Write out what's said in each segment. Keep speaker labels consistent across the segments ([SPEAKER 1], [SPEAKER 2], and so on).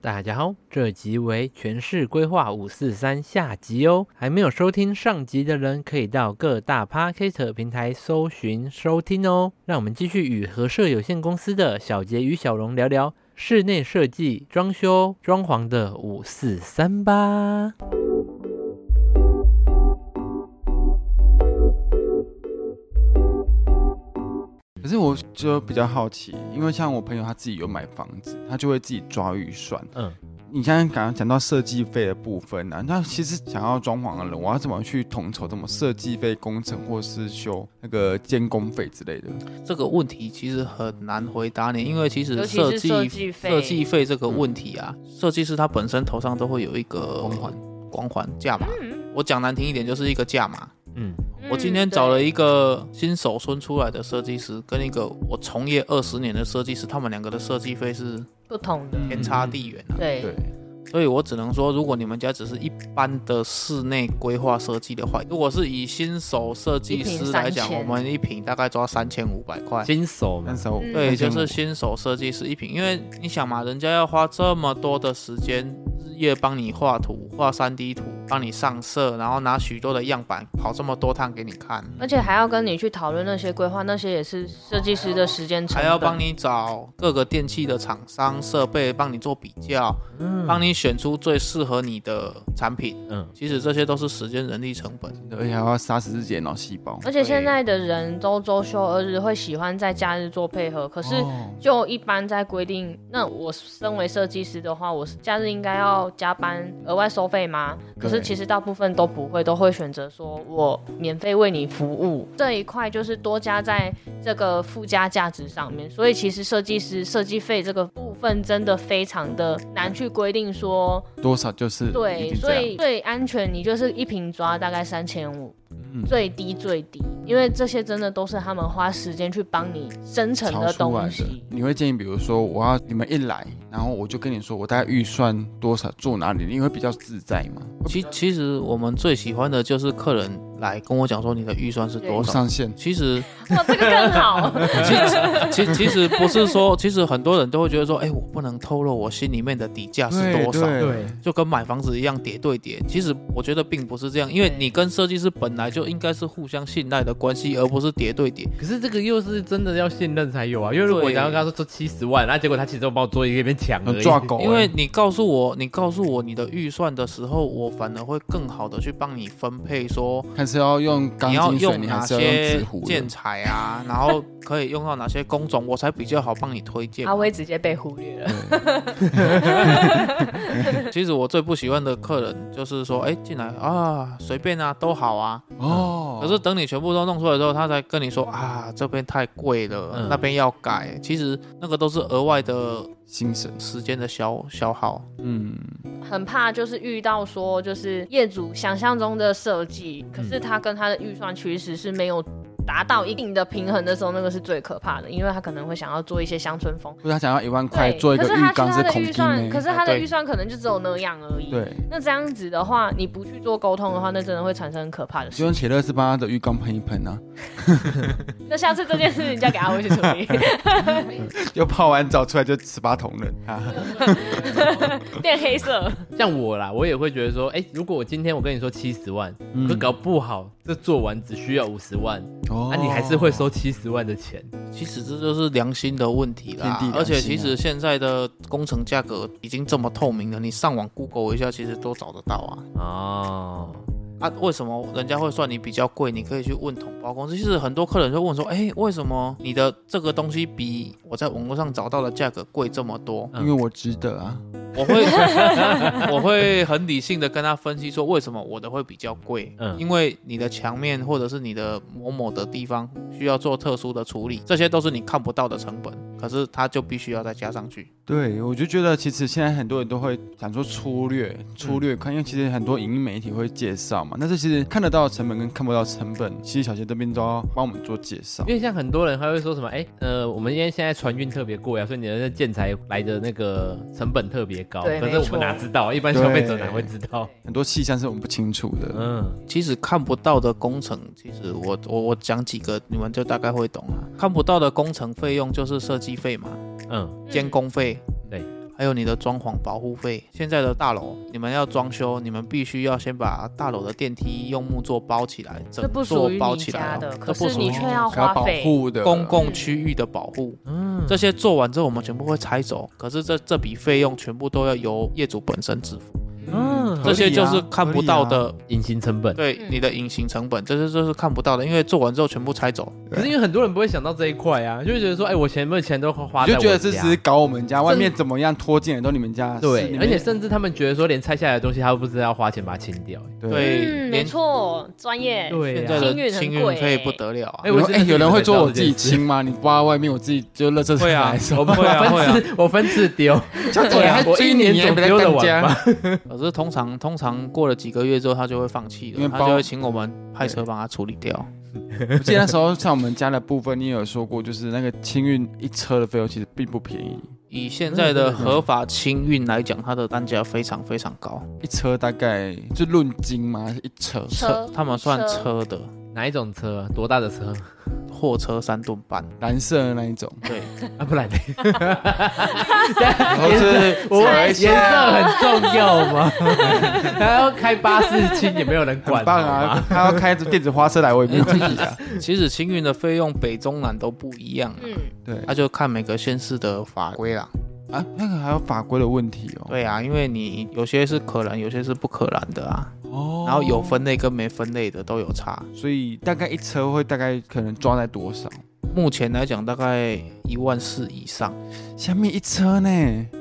[SPEAKER 1] 大家好，这集为《全市规划五四三》下集哦。还没有收听上集的人，可以到各大 Podcast 平台搜寻收听哦。让我们继续与和社有限公司的小杰与小荣聊聊室内设计、装修、装潢的五四三吧。
[SPEAKER 2] 可是我就比较好奇，因为像我朋友他自己有买房子，他就会自己抓预算。
[SPEAKER 1] 嗯，
[SPEAKER 2] 你现在刚刚讲到设计费的部分呢、那其实想要装潢的人，我要怎么去统筹怎么设计费、工程或是修那个监工费之类的？
[SPEAKER 3] 这个问题其实很难回答你，因为其实
[SPEAKER 4] 尤其
[SPEAKER 3] 设
[SPEAKER 4] 是
[SPEAKER 3] 计
[SPEAKER 4] 设计费
[SPEAKER 3] 设计费这个问题啊，设计师他本身头上都会有一个
[SPEAKER 4] 呃
[SPEAKER 2] 光环
[SPEAKER 3] 光环价码。
[SPEAKER 4] 嗯
[SPEAKER 3] 我讲难听一点，就是一个价码。
[SPEAKER 1] 嗯，
[SPEAKER 3] 我今天找了一个新手村出来的设计师，跟一个我从业二十年的设计师，他们两个的设计费是
[SPEAKER 4] 不同的，
[SPEAKER 3] 天差地远啊。
[SPEAKER 4] 对，
[SPEAKER 2] 对，
[SPEAKER 3] 所以我只能说，如果你们家只是一般的室内规划设计的话，如果是以新手设计
[SPEAKER 4] 一
[SPEAKER 3] 师
[SPEAKER 4] 瓶
[SPEAKER 3] 来讲，
[SPEAKER 4] 3000
[SPEAKER 3] 我们一瓶大概抓三千五百块。
[SPEAKER 1] 新手嘛
[SPEAKER 2] 那，时候哎
[SPEAKER 4] 嗯
[SPEAKER 3] 对，就
[SPEAKER 2] 3500
[SPEAKER 3] 是新手设计师一瓶，因为你想嘛，人家要花这么多的时间，日夜帮你画图、画三 D 图，帮你上色，然后拿许多的样板跑这么多趟给你看，
[SPEAKER 4] 而且还要跟你去讨论那些规划，那些也是设计师的时间成
[SPEAKER 3] 还
[SPEAKER 4] 本，
[SPEAKER 3] 要帮你找各个电器的厂商、设备，帮你做比较，
[SPEAKER 1] 嗯
[SPEAKER 3] 帮你选出最适合你的产品。
[SPEAKER 1] 嗯，
[SPEAKER 3] 其实这些都是时间、人力成本。
[SPEAKER 2] 而且还哎要杀死自己的脑细胞。
[SPEAKER 4] 而且现在的人都周休二日，会喜欢在假日做配合。可是
[SPEAKER 2] 哦
[SPEAKER 4] 就一般在规定，那我身为设计师的话，我是假日应该要加班额外收费吗？可是
[SPEAKER 2] 对
[SPEAKER 4] 其实大部分都不会，都会选择说我免费为你服务这一块，就是多加在这个附加价值上面。所以其实设计师设计费这个部分真的非常的难去规定说，
[SPEAKER 2] 多少就是一
[SPEAKER 4] 对，
[SPEAKER 2] 定
[SPEAKER 4] 所
[SPEAKER 2] 这样
[SPEAKER 4] 以最安全你就是一瓶抓大概三千五，
[SPEAKER 2] 嗯
[SPEAKER 4] 最低最低，因为这些真的都是他们花时间去帮你生成
[SPEAKER 2] 炒
[SPEAKER 4] 的
[SPEAKER 2] 出来
[SPEAKER 4] 东
[SPEAKER 2] 的
[SPEAKER 4] 西。，
[SPEAKER 2] 你会建议，比如说我要你们一来，然后我就跟你说我大概预算多少做哪里，你会比较自在吗？
[SPEAKER 3] 其其实我们最喜欢的就是客人来跟我讲说你的预算是多
[SPEAKER 2] 我
[SPEAKER 3] 少。
[SPEAKER 2] 上线，
[SPEAKER 3] 其实
[SPEAKER 4] 哇，这个更好。
[SPEAKER 3] 其其实 不是说，其实很多人都会觉得说，哎、我不能透露我心里面的底价是多少，
[SPEAKER 2] 对
[SPEAKER 1] 对，
[SPEAKER 3] 就跟买房子一样叠对叠。其实我觉得并不是这样，因为
[SPEAKER 4] 对
[SPEAKER 3] 你跟设计师本来就应该是互相信赖的关系，而不是叠对叠。
[SPEAKER 1] 可是这个又是真的要信任才有啊，因为如果
[SPEAKER 3] 对
[SPEAKER 1] 你要跟他说做七十万，那啊结果他其实都帮我做一个边墙而已，
[SPEAKER 2] 抓狗欸，
[SPEAKER 3] 因为你告诉我，你告诉我你的预算的时候，我反而会更好的去帮你分配说。
[SPEAKER 2] 还是要用钢
[SPEAKER 3] 你要
[SPEAKER 2] 筋水
[SPEAKER 3] 用
[SPEAKER 2] 泥，
[SPEAKER 3] 哪
[SPEAKER 2] 还是要用
[SPEAKER 3] 些
[SPEAKER 2] 纸糊的
[SPEAKER 3] 建材啊？然后可以用到哪些工种，我才比较好帮你推荐嘛。
[SPEAKER 4] 阿威直接被忽略了。
[SPEAKER 3] 其实我最不喜欢的客人就是说，哎，进来啊，随便啊，都好啊。
[SPEAKER 2] 哦，
[SPEAKER 3] 可是等你全部都弄出来之后，他才跟你说啊，这边太贵了，
[SPEAKER 1] 嗯
[SPEAKER 3] 那边要改。其实那个都是额外的
[SPEAKER 2] 精神，
[SPEAKER 3] 时间的消消耗。
[SPEAKER 2] 嗯，
[SPEAKER 4] 很怕就是遇到说就是业主想象中的设计，可是他跟他的预算其实是没有达到一定的平衡的时候，那个是最可怕的，因为他可能会想要做一些乡村风。
[SPEAKER 2] 不是他想要一万块
[SPEAKER 4] 对，
[SPEAKER 2] 做一
[SPEAKER 4] 可
[SPEAKER 2] 个
[SPEAKER 4] 是他
[SPEAKER 2] 浴
[SPEAKER 4] 其实
[SPEAKER 2] 缸
[SPEAKER 4] 他的
[SPEAKER 2] 孔
[SPEAKER 4] 预
[SPEAKER 2] 丁
[SPEAKER 4] 算，
[SPEAKER 2] 呢
[SPEAKER 4] 可是他的
[SPEAKER 3] 对
[SPEAKER 4] 预算可能就只有那样而已。
[SPEAKER 2] 对，
[SPEAKER 4] 那这样子的话，你不去做沟通的话，那真的会产生很可怕的
[SPEAKER 2] 就
[SPEAKER 4] 事。
[SPEAKER 2] 用铁乐士帮他的浴缸喷一喷 啊，
[SPEAKER 4] 那下次这件事情再给阿威去处理，
[SPEAKER 2] 就泡完澡出来就十八铜人 啊，
[SPEAKER 4] 变黑色。
[SPEAKER 1] 像我啦，我也会觉得说，哎、如果我今天我跟你说七十万，
[SPEAKER 2] 嗯
[SPEAKER 1] 可搞不好这做完只需要五十万，
[SPEAKER 2] 哦
[SPEAKER 1] 啊，你还是会收七十万的钱。
[SPEAKER 3] 其实这就是良心的问题啦。
[SPEAKER 2] 天地良心啊
[SPEAKER 3] 而且其实现在的工程价格已经这么透明了，你上网 Google 一下，其实都找得到啊。
[SPEAKER 1] 哦，
[SPEAKER 3] 啊，为什么人家会算你比较贵？你可以去问统包公司。其实很多客人会问说，哎，为什么你的这个东西比我在网络上找到的价格贵这么多？
[SPEAKER 2] 因为我值得啊，
[SPEAKER 3] 我会我会很理性的跟他分析说，为什么我的会比较贵？
[SPEAKER 1] 嗯
[SPEAKER 3] 因为你的墙面或者是你的某某的地方需要做特殊的处理，这些都是你看不到的成本，可是它就必须要再加上去。
[SPEAKER 2] 对，我就觉得其实现在很多人都会想说粗略、粗略看，因为其实很多影音媒体会介绍嘛，但是其实看得到的成本跟看不到的成本，其实小杰这边都要帮我们做介绍
[SPEAKER 1] 因。为像很多人还会说什么，哎、呃，我们因为现在船运特别贵啊，所以你的那建材来的那个成本特别高。
[SPEAKER 4] 对
[SPEAKER 1] 可是我
[SPEAKER 4] 没错
[SPEAKER 1] 们哪知道？一般消费者哪会知道？
[SPEAKER 2] 很多细项是我们不清楚的，
[SPEAKER 1] 嗯，
[SPEAKER 3] 其实看不到的工程，其实我我我讲几个，你们就大啊概会懂了、看不到的工程费用就是设计费嘛，
[SPEAKER 1] 嗯
[SPEAKER 3] 监工费，
[SPEAKER 1] 对，
[SPEAKER 3] 还有你的装潢保护费。现在的大楼，你们要装修，你们必须要先把大楼的电梯用木做包起来，
[SPEAKER 4] 这
[SPEAKER 3] 整
[SPEAKER 4] 不
[SPEAKER 3] 座
[SPEAKER 4] 属于
[SPEAKER 3] 包
[SPEAKER 4] 你
[SPEAKER 3] 起来
[SPEAKER 4] 家
[SPEAKER 3] 哦，
[SPEAKER 4] 的，
[SPEAKER 3] 这
[SPEAKER 4] 可
[SPEAKER 3] 不
[SPEAKER 4] 是
[SPEAKER 3] 属
[SPEAKER 4] 你
[SPEAKER 3] 于
[SPEAKER 4] 却要
[SPEAKER 2] 哦还要
[SPEAKER 4] 花
[SPEAKER 2] 保
[SPEAKER 4] 费。
[SPEAKER 2] 护的
[SPEAKER 3] 公共区域的保护。
[SPEAKER 1] 嗯，
[SPEAKER 3] 这些做完之后，我们全部会拆走，可是这这笔费用全部都要由业主本身支付，
[SPEAKER 1] 嗯
[SPEAKER 2] 合
[SPEAKER 3] 这
[SPEAKER 2] 理
[SPEAKER 3] 些就
[SPEAKER 2] 啊
[SPEAKER 3] 是看不
[SPEAKER 2] 合
[SPEAKER 3] 到。
[SPEAKER 2] 理啊
[SPEAKER 3] 的，
[SPEAKER 1] 隐形成本。
[SPEAKER 3] 对
[SPEAKER 4] 嗯
[SPEAKER 3] 你的隐形成本，这些就是看不到的，因为做完之后全部拆走，
[SPEAKER 2] 对
[SPEAKER 1] 可是因为很多人不会想到这一块啊，就会觉得说，哎，我前面钱都花
[SPEAKER 2] 你
[SPEAKER 1] 在
[SPEAKER 2] 就
[SPEAKER 1] 我
[SPEAKER 2] 觉得这
[SPEAKER 3] 啊
[SPEAKER 2] 只是
[SPEAKER 1] 家。
[SPEAKER 2] 搞我们家，外面怎么样拖进来都你们家的事。
[SPEAKER 1] 对
[SPEAKER 2] 你，
[SPEAKER 1] 而
[SPEAKER 2] 们
[SPEAKER 1] 且甚至他们觉得说，连拆下来的东西，他都不知道要花钱把它清掉。哎
[SPEAKER 3] 对
[SPEAKER 4] 嗯，没
[SPEAKER 3] 连
[SPEAKER 4] 错，专业。
[SPEAKER 1] 对
[SPEAKER 3] 现
[SPEAKER 1] 啊
[SPEAKER 3] 在的
[SPEAKER 4] 清运很
[SPEAKER 3] 清
[SPEAKER 4] 贵
[SPEAKER 3] 运费
[SPEAKER 4] 欸
[SPEAKER 3] 不得了啊
[SPEAKER 1] 哎！
[SPEAKER 2] 有人
[SPEAKER 1] 我
[SPEAKER 2] 哎、
[SPEAKER 1] 真的是
[SPEAKER 2] 有人会
[SPEAKER 1] 没想
[SPEAKER 2] 做
[SPEAKER 1] 到
[SPEAKER 2] 我
[SPEAKER 1] 这
[SPEAKER 2] 自己
[SPEAKER 1] 件事
[SPEAKER 2] 清吗？你挖到外面，我自己就垃圾车
[SPEAKER 3] 会啊
[SPEAKER 2] 来收。
[SPEAKER 1] 我
[SPEAKER 3] 会啊会啊
[SPEAKER 1] 分次，我分次丢。啊
[SPEAKER 2] 这样子还
[SPEAKER 1] 我一
[SPEAKER 2] 追
[SPEAKER 1] 年
[SPEAKER 2] 你，
[SPEAKER 1] 总
[SPEAKER 2] 不在
[SPEAKER 1] 丢得
[SPEAKER 2] 当
[SPEAKER 1] 完
[SPEAKER 2] 家。
[SPEAKER 1] 吧？
[SPEAKER 3] 可是通常通常过了几个月之后，他就会放弃
[SPEAKER 2] 嗯因
[SPEAKER 3] 了，
[SPEAKER 2] 为
[SPEAKER 3] 他
[SPEAKER 2] 包嗯
[SPEAKER 3] 就会请我们派车帮他处理掉。
[SPEAKER 2] 我记得那时候像我们家的部分，你也有说过，就是那个清运一车的费用其实并不便宜，
[SPEAKER 3] 以现在的合法清运来讲，它的单价非常非常高，
[SPEAKER 2] 一车大概就论斤嘛，一车。
[SPEAKER 4] 车
[SPEAKER 3] 他们算车的
[SPEAKER 1] 哪一种车？多大的车？
[SPEAKER 3] 货车三吨半，
[SPEAKER 2] 蓝色的那一种，
[SPEAKER 3] 对，
[SPEAKER 1] 啊，不然呢
[SPEAKER 2] 然后是
[SPEAKER 1] 我
[SPEAKER 4] 猜
[SPEAKER 1] 颜
[SPEAKER 4] 一下
[SPEAKER 1] 色很重要吗？ 还要开巴士亲也没有人管，
[SPEAKER 2] 很棒
[SPEAKER 1] 好
[SPEAKER 2] 啊
[SPEAKER 1] 吗！！
[SPEAKER 2] 他要开着电子花车来，我也没有问题啊。
[SPEAKER 3] 其实清运的费用北中南都不一样、啊，
[SPEAKER 4] 嗯，
[SPEAKER 2] 对
[SPEAKER 3] 那、就看每个县市的法规啦。
[SPEAKER 2] 啊，那个还有法规的问题哦。
[SPEAKER 3] 对啊，因为你有些是可燃，有些是不可燃的啊，
[SPEAKER 2] 哦
[SPEAKER 3] 然后有，分类跟没分类的都有差。
[SPEAKER 2] 所以大概一车会大概可能抓在多少？
[SPEAKER 3] 目前来讲，大概一万四以上。
[SPEAKER 2] 下面一车呢？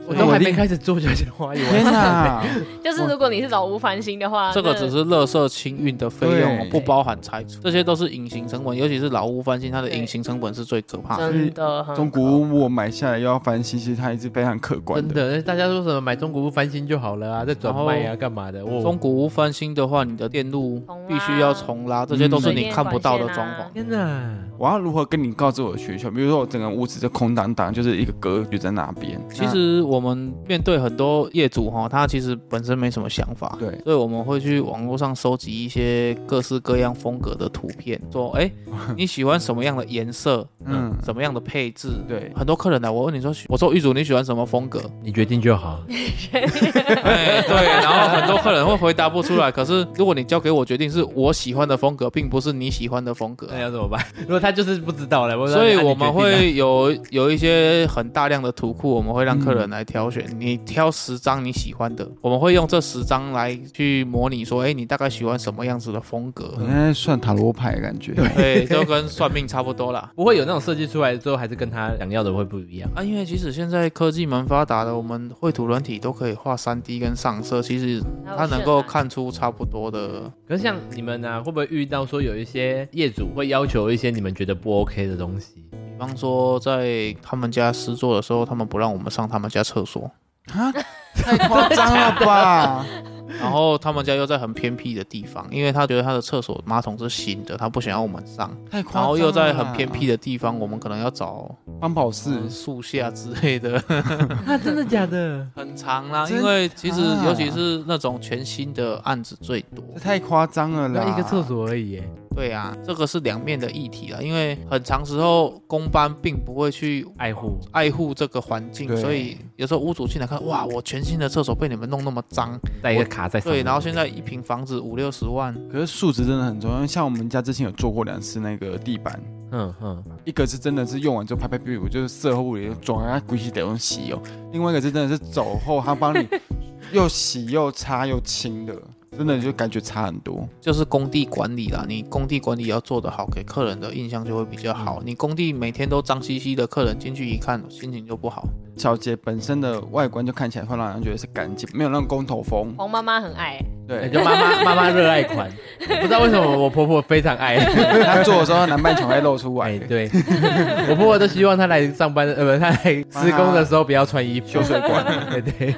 [SPEAKER 1] 我
[SPEAKER 2] 那
[SPEAKER 1] 都还
[SPEAKER 2] 一
[SPEAKER 1] 没
[SPEAKER 2] 定
[SPEAKER 1] 开始做就先花一
[SPEAKER 2] 天
[SPEAKER 1] 万。
[SPEAKER 2] 哪！
[SPEAKER 4] 就是如果你是老吴烦心的话，
[SPEAKER 3] 这个
[SPEAKER 4] 那
[SPEAKER 3] 只是垃圾清运的费用哦
[SPEAKER 2] 对，
[SPEAKER 3] 不包含拆除，这些都是隐形成本，尤其是老屋翻新，它的
[SPEAKER 4] 对
[SPEAKER 3] 隐形成本是最可怕的。
[SPEAKER 4] 真的很
[SPEAKER 2] 中古屋我买下来又要翻新，其实它还是非常可观
[SPEAKER 1] 真
[SPEAKER 2] 的。
[SPEAKER 1] 的，大家说什么买中古屋翻新就好 了啊，再转卖啊，干嘛的？
[SPEAKER 3] 中
[SPEAKER 1] 我
[SPEAKER 3] 古屋翻新的话，你的电路
[SPEAKER 4] 重拉
[SPEAKER 3] 必须要重拉，这些都是你看不到的装潢。
[SPEAKER 1] 天哪！
[SPEAKER 2] 我要如何跟你告知我的学校？比如说我整个屋子就空荡荡，就是一个格局在那边。
[SPEAKER 3] 其实我们面对很多业主哈，他其实本身没什么想法，
[SPEAKER 2] 啊对
[SPEAKER 3] 所以我们会去网络上收集一些各式各样风格的图片，说哎你喜欢什么样的颜色，
[SPEAKER 2] 嗯
[SPEAKER 3] 嗯，什么样的配置，
[SPEAKER 2] 那对，
[SPEAKER 3] 很多客人来，我问你说，我说玉主你喜欢什么风格？
[SPEAKER 1] 你决定就好。
[SPEAKER 3] 哎，对，然后很多客人会回答不出来。可是如果你交给我决定，是我喜欢的风格，并不是你喜欢的风格。
[SPEAKER 1] 那要怎么办？ 如果他就是不知道了，我说
[SPEAKER 3] 所以
[SPEAKER 1] 那你
[SPEAKER 3] 我
[SPEAKER 1] 决
[SPEAKER 3] 们
[SPEAKER 1] 定啊
[SPEAKER 3] 会有有一些很大量的图库，我们会让客人来挑选。
[SPEAKER 1] 嗯
[SPEAKER 3] 你挑十张你喜欢的，我们会用这十张来去模拟说，哎，你大概喜欢什么样子的风格？
[SPEAKER 1] 嗯
[SPEAKER 2] 我在算塔罗牌的感觉。对，
[SPEAKER 3] 嗯对，就跟算命差不 多啦。
[SPEAKER 1] 不会有那种设计出来之后，还是跟他想要的会不一样。
[SPEAKER 3] 啊，因为其实现在科技蛮发达的，我们绘图软体都可以画三 D 跟上色，其实它能
[SPEAKER 1] 哦啊
[SPEAKER 3] 够，看出差不多的
[SPEAKER 1] 可是像你们呢、会不会遇到说有一些业主会要求一些你们觉得不 OK 的东西？
[SPEAKER 3] 比方说，在他们家施作的时候，他们不让我们上他们家 厕所，
[SPEAKER 2] 太夸张了吧？
[SPEAKER 3] 然后他们家又在很偏僻的地方，因为他觉得他的厕所马桶是新的，他不想要我们 上，
[SPEAKER 2] 太夸张了。啊
[SPEAKER 3] 然后又在很偏僻的地方，我们可能要找
[SPEAKER 2] 方宝适，
[SPEAKER 3] 呃树下之类的，
[SPEAKER 1] 啊，真的假的？
[SPEAKER 3] 很长啦。
[SPEAKER 2] 真
[SPEAKER 3] 因为其实
[SPEAKER 2] 啊
[SPEAKER 3] 尤其是那种全新的案子最多，
[SPEAKER 2] 这太夸张了啦！
[SPEAKER 1] 那一个厕，所而已耶。
[SPEAKER 3] 对啊，这个是两面的议题啦，因为很长时候公班并不会去
[SPEAKER 1] 爱护
[SPEAKER 3] 爱护这个环境，
[SPEAKER 2] 对
[SPEAKER 3] 所以有时候屋主进来看，哇，我全新的厕所被你们弄那么脏，
[SPEAKER 1] 带一个卡在上
[SPEAKER 3] 对，
[SPEAKER 1] 面。
[SPEAKER 3] 然后现在一平房子五六十万，
[SPEAKER 2] 可是数值真的很重要。因为像我们家之前有做过两次那个地板，
[SPEAKER 1] 嗯嗯，
[SPEAKER 2] 一个是真的是用完之后拍拍屁股，就是事后物理装啊，鬼洗得用洗哦；另外一个是真的是走后，他帮 你又洗又擦又清的，真的就感觉差很多。
[SPEAKER 3] 就是工地管理啦。你工地管理要做得好，给客人的印象就会比较好。你工地每天都脏兮兮的，客人进去一看，心情就不好。
[SPEAKER 2] 小杰本身的外观就看起来会让人觉得是干净，没有那种工头风。
[SPEAKER 4] 黄妈妈很爱，
[SPEAKER 1] 那
[SPEAKER 2] 对，
[SPEAKER 1] 就妈妈妈妈热爱款，不知道为什么我婆婆非常爱。
[SPEAKER 2] 他做的时候南半球会露出
[SPEAKER 1] 哎，
[SPEAKER 2] 来，
[SPEAKER 1] 对，我婆婆都希望她来上班，呃，不，她来施工的时候不要穿衣服。
[SPEAKER 2] 修水管。
[SPEAKER 1] 对对，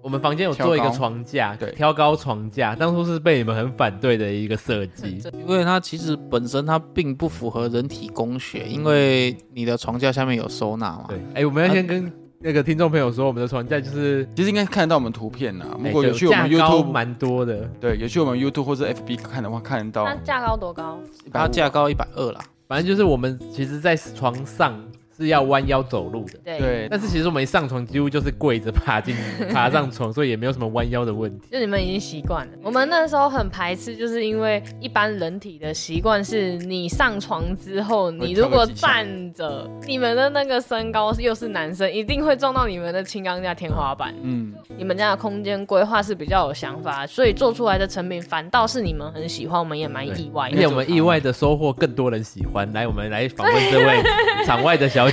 [SPEAKER 1] 我们房间有做一个床架，
[SPEAKER 2] 挑高对
[SPEAKER 1] 挑高床架，当初是被你们很反对的一个设计。
[SPEAKER 3] 因为它其实本身它并不符合人体工学，因为你的床架下面有收纳嘛。
[SPEAKER 1] 对，哎，我们要先跟那个听众朋友说，我们的床架就是，
[SPEAKER 2] 其实应该看得到我们图片啦，如
[SPEAKER 1] 哎
[SPEAKER 2] 果有去我们
[SPEAKER 1] 架高
[SPEAKER 2] YouTube，
[SPEAKER 1] 蛮多的，
[SPEAKER 2] 对，有去我们 YouTube 或者 FB 看的话，看得到
[SPEAKER 4] 它。价高多高？
[SPEAKER 3] 它架高一百二啦，
[SPEAKER 1] 反正就是我们其实，在床上是是要弯腰走路的。
[SPEAKER 4] 对，
[SPEAKER 2] 对，
[SPEAKER 1] 但是其实我们一上床几乎就是跪着爬进 爬上床，所以也没有什么弯腰的问题。
[SPEAKER 4] 就你们已经习惯了。我们那时候很排斥，就是因为一般人体的习惯是，你上床之后，你如果站着，你们的那个身高又是男生，一定会撞到你们的轻钢架天花板。
[SPEAKER 2] 嗯，
[SPEAKER 4] 你们家的空间规划是比较有想法，所以做出来的成品反倒是你们很喜欢，我们也蛮意外
[SPEAKER 1] 而且
[SPEAKER 4] 的。
[SPEAKER 1] 我们意外的收获更多人喜欢。来，我们来访问这位场外的小姐。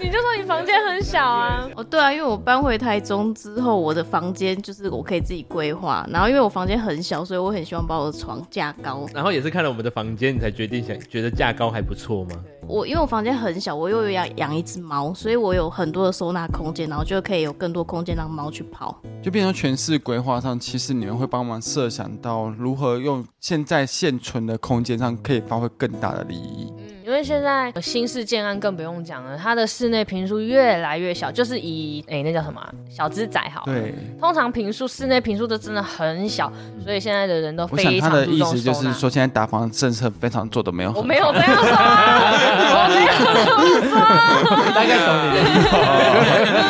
[SPEAKER 4] 你就说你房间很小啊，
[SPEAKER 5] 哦，对啊，因为我搬回台中之后，我的房间就是我可以自己规划，然后因为我房间很小，所以我很希望把我的床架高。
[SPEAKER 1] 然后也是看了我们的房间，你才决定想觉得价高还不错吗？
[SPEAKER 5] 我因为我房间很小，我又有养养一只猫，所以我有很多的收纳空间，然后就可以有更多空间让猫去跑。
[SPEAKER 2] 就变成全市规划上，其实你们会帮忙设想到如何用现在现存的空间上可以发挥更大的利益。
[SPEAKER 4] 因为现在新式建案更不用讲了，它的室内平数越来越小，就是以哎、那叫什么啊、小资仔好了，
[SPEAKER 2] 对，
[SPEAKER 4] 通常平数室内平数都真的很小，所以现在的人都
[SPEAKER 2] 我想
[SPEAKER 4] 非
[SPEAKER 2] 他
[SPEAKER 4] 常
[SPEAKER 2] 的
[SPEAKER 4] 注
[SPEAKER 2] 意
[SPEAKER 4] 重
[SPEAKER 2] 思就
[SPEAKER 4] 收纳
[SPEAKER 2] 是说，现在打房政策非常做的没有很
[SPEAKER 4] 我
[SPEAKER 2] 好，
[SPEAKER 4] 没有这样说啊，我没有
[SPEAKER 1] 大概懂你的意思。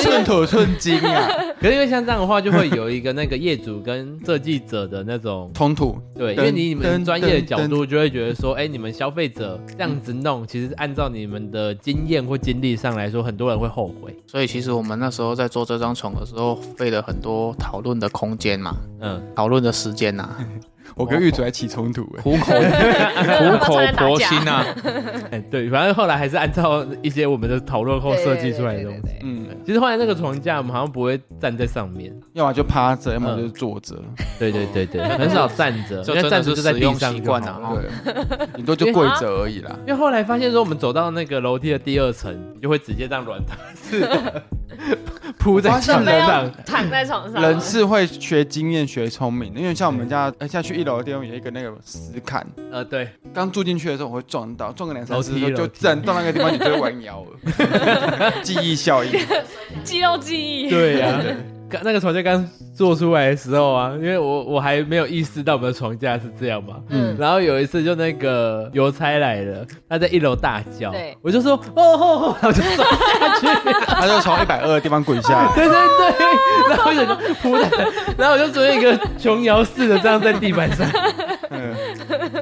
[SPEAKER 2] 寸土寸金啊，
[SPEAKER 1] 可是因为像这样的话，就会有一个那个业主跟设计者的那种
[SPEAKER 2] 冲突。
[SPEAKER 1] 对，
[SPEAKER 2] 噔
[SPEAKER 1] 因为你们
[SPEAKER 2] 噔
[SPEAKER 1] 专业的
[SPEAKER 2] 噔
[SPEAKER 1] 角度就会觉得说，哎、你们消费者这样子弄，其实按照你们的经验或经历上来说，很多人会后悔。
[SPEAKER 3] 所以其实我们那时候在做这张床的时候，费了很多讨论的空间嘛，
[SPEAKER 1] 嗯，
[SPEAKER 3] 讨论的时间呐、
[SPEAKER 2] 我跟狱主还起冲突哎、
[SPEAKER 3] 苦口苦口婆心啊。
[SPEAKER 1] 哎 对，反正后来还是按照一些我们的讨论后设计出来的东西。
[SPEAKER 4] 西。
[SPEAKER 2] 嗯，
[SPEAKER 1] 其实后来那个床架，我们好像不会站在上面，
[SPEAKER 2] 要么就趴着，要么就是坐着。
[SPEAKER 1] 对对对 对，很少站着，
[SPEAKER 3] 这
[SPEAKER 1] 因为
[SPEAKER 3] 真的
[SPEAKER 1] 站
[SPEAKER 3] 是
[SPEAKER 1] 着就在
[SPEAKER 3] 使
[SPEAKER 1] 地
[SPEAKER 3] 用
[SPEAKER 1] 上
[SPEAKER 3] 习
[SPEAKER 1] 就好
[SPEAKER 3] 惯啊
[SPEAKER 1] 了
[SPEAKER 4] 嗯
[SPEAKER 3] 哦
[SPEAKER 2] 对，顶多就跪着而已 啦。
[SPEAKER 1] 因为后来发现说，我们走到那个楼梯的第二层，你就会直接这样软塌 似的铺在
[SPEAKER 2] 发现
[SPEAKER 1] 墙
[SPEAKER 4] 没有
[SPEAKER 1] 上。
[SPEAKER 4] 躺在床上，
[SPEAKER 2] 人是会学经验、学聪明的，因为像我们家，呃下去一楼的地方有一个那个石坎，
[SPEAKER 1] 呃，对，
[SPEAKER 2] 刚住进去的时候我会撞到，撞个两三次
[SPEAKER 1] 楼梯
[SPEAKER 2] 就就
[SPEAKER 1] 楼梯
[SPEAKER 2] 自然到那个地方，你就会 弯腰了。记忆效应，
[SPEAKER 4] 肌肉记忆。
[SPEAKER 1] 对啊呀、刚那个床架刚做出来的时候啊，因为我我还没有意识到我们的床架是这样嘛。
[SPEAKER 4] 嗯，
[SPEAKER 1] 然后有一次就那个邮差来了，他在一楼大叫
[SPEAKER 4] 对，
[SPEAKER 1] 我就说哦哦哦，然后就摔下去，
[SPEAKER 2] 他就从一百二的地方滚下来。
[SPEAKER 1] 对对对， 然后我就扑在，然后我就只有一个琼瑶似的这样在地板上，
[SPEAKER 2] 嗯，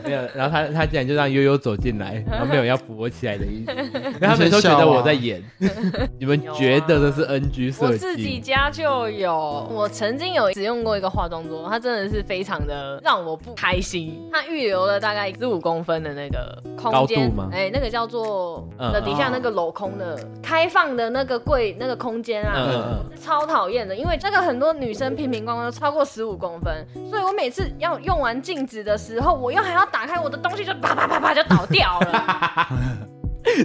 [SPEAKER 1] 没有，然后他他竟然就让悠悠走进来，然后没有要扶我起来的意 思，然后他们都觉得我在演，你们觉得这是 NG
[SPEAKER 4] 我
[SPEAKER 1] 设
[SPEAKER 4] 自
[SPEAKER 1] 计？
[SPEAKER 4] 己家就有，我曾经有使用过一个化妆桌，它真的是非常的让我不开心。它预留了大概十五公分的那个空间
[SPEAKER 1] 高度吗
[SPEAKER 4] 哎、那个叫做
[SPEAKER 1] 嗯
[SPEAKER 4] 那底下那个镂空的、开放的那个柜那个空间啊。
[SPEAKER 1] 嗯嗯
[SPEAKER 4] 超讨厌的，因为这个很多女生平平光光都超过十五公分，所以我每次要用完镜子的时候，我又还要打开我的东西，就啪啪啪啪就倒掉 了，
[SPEAKER 1] 嗯，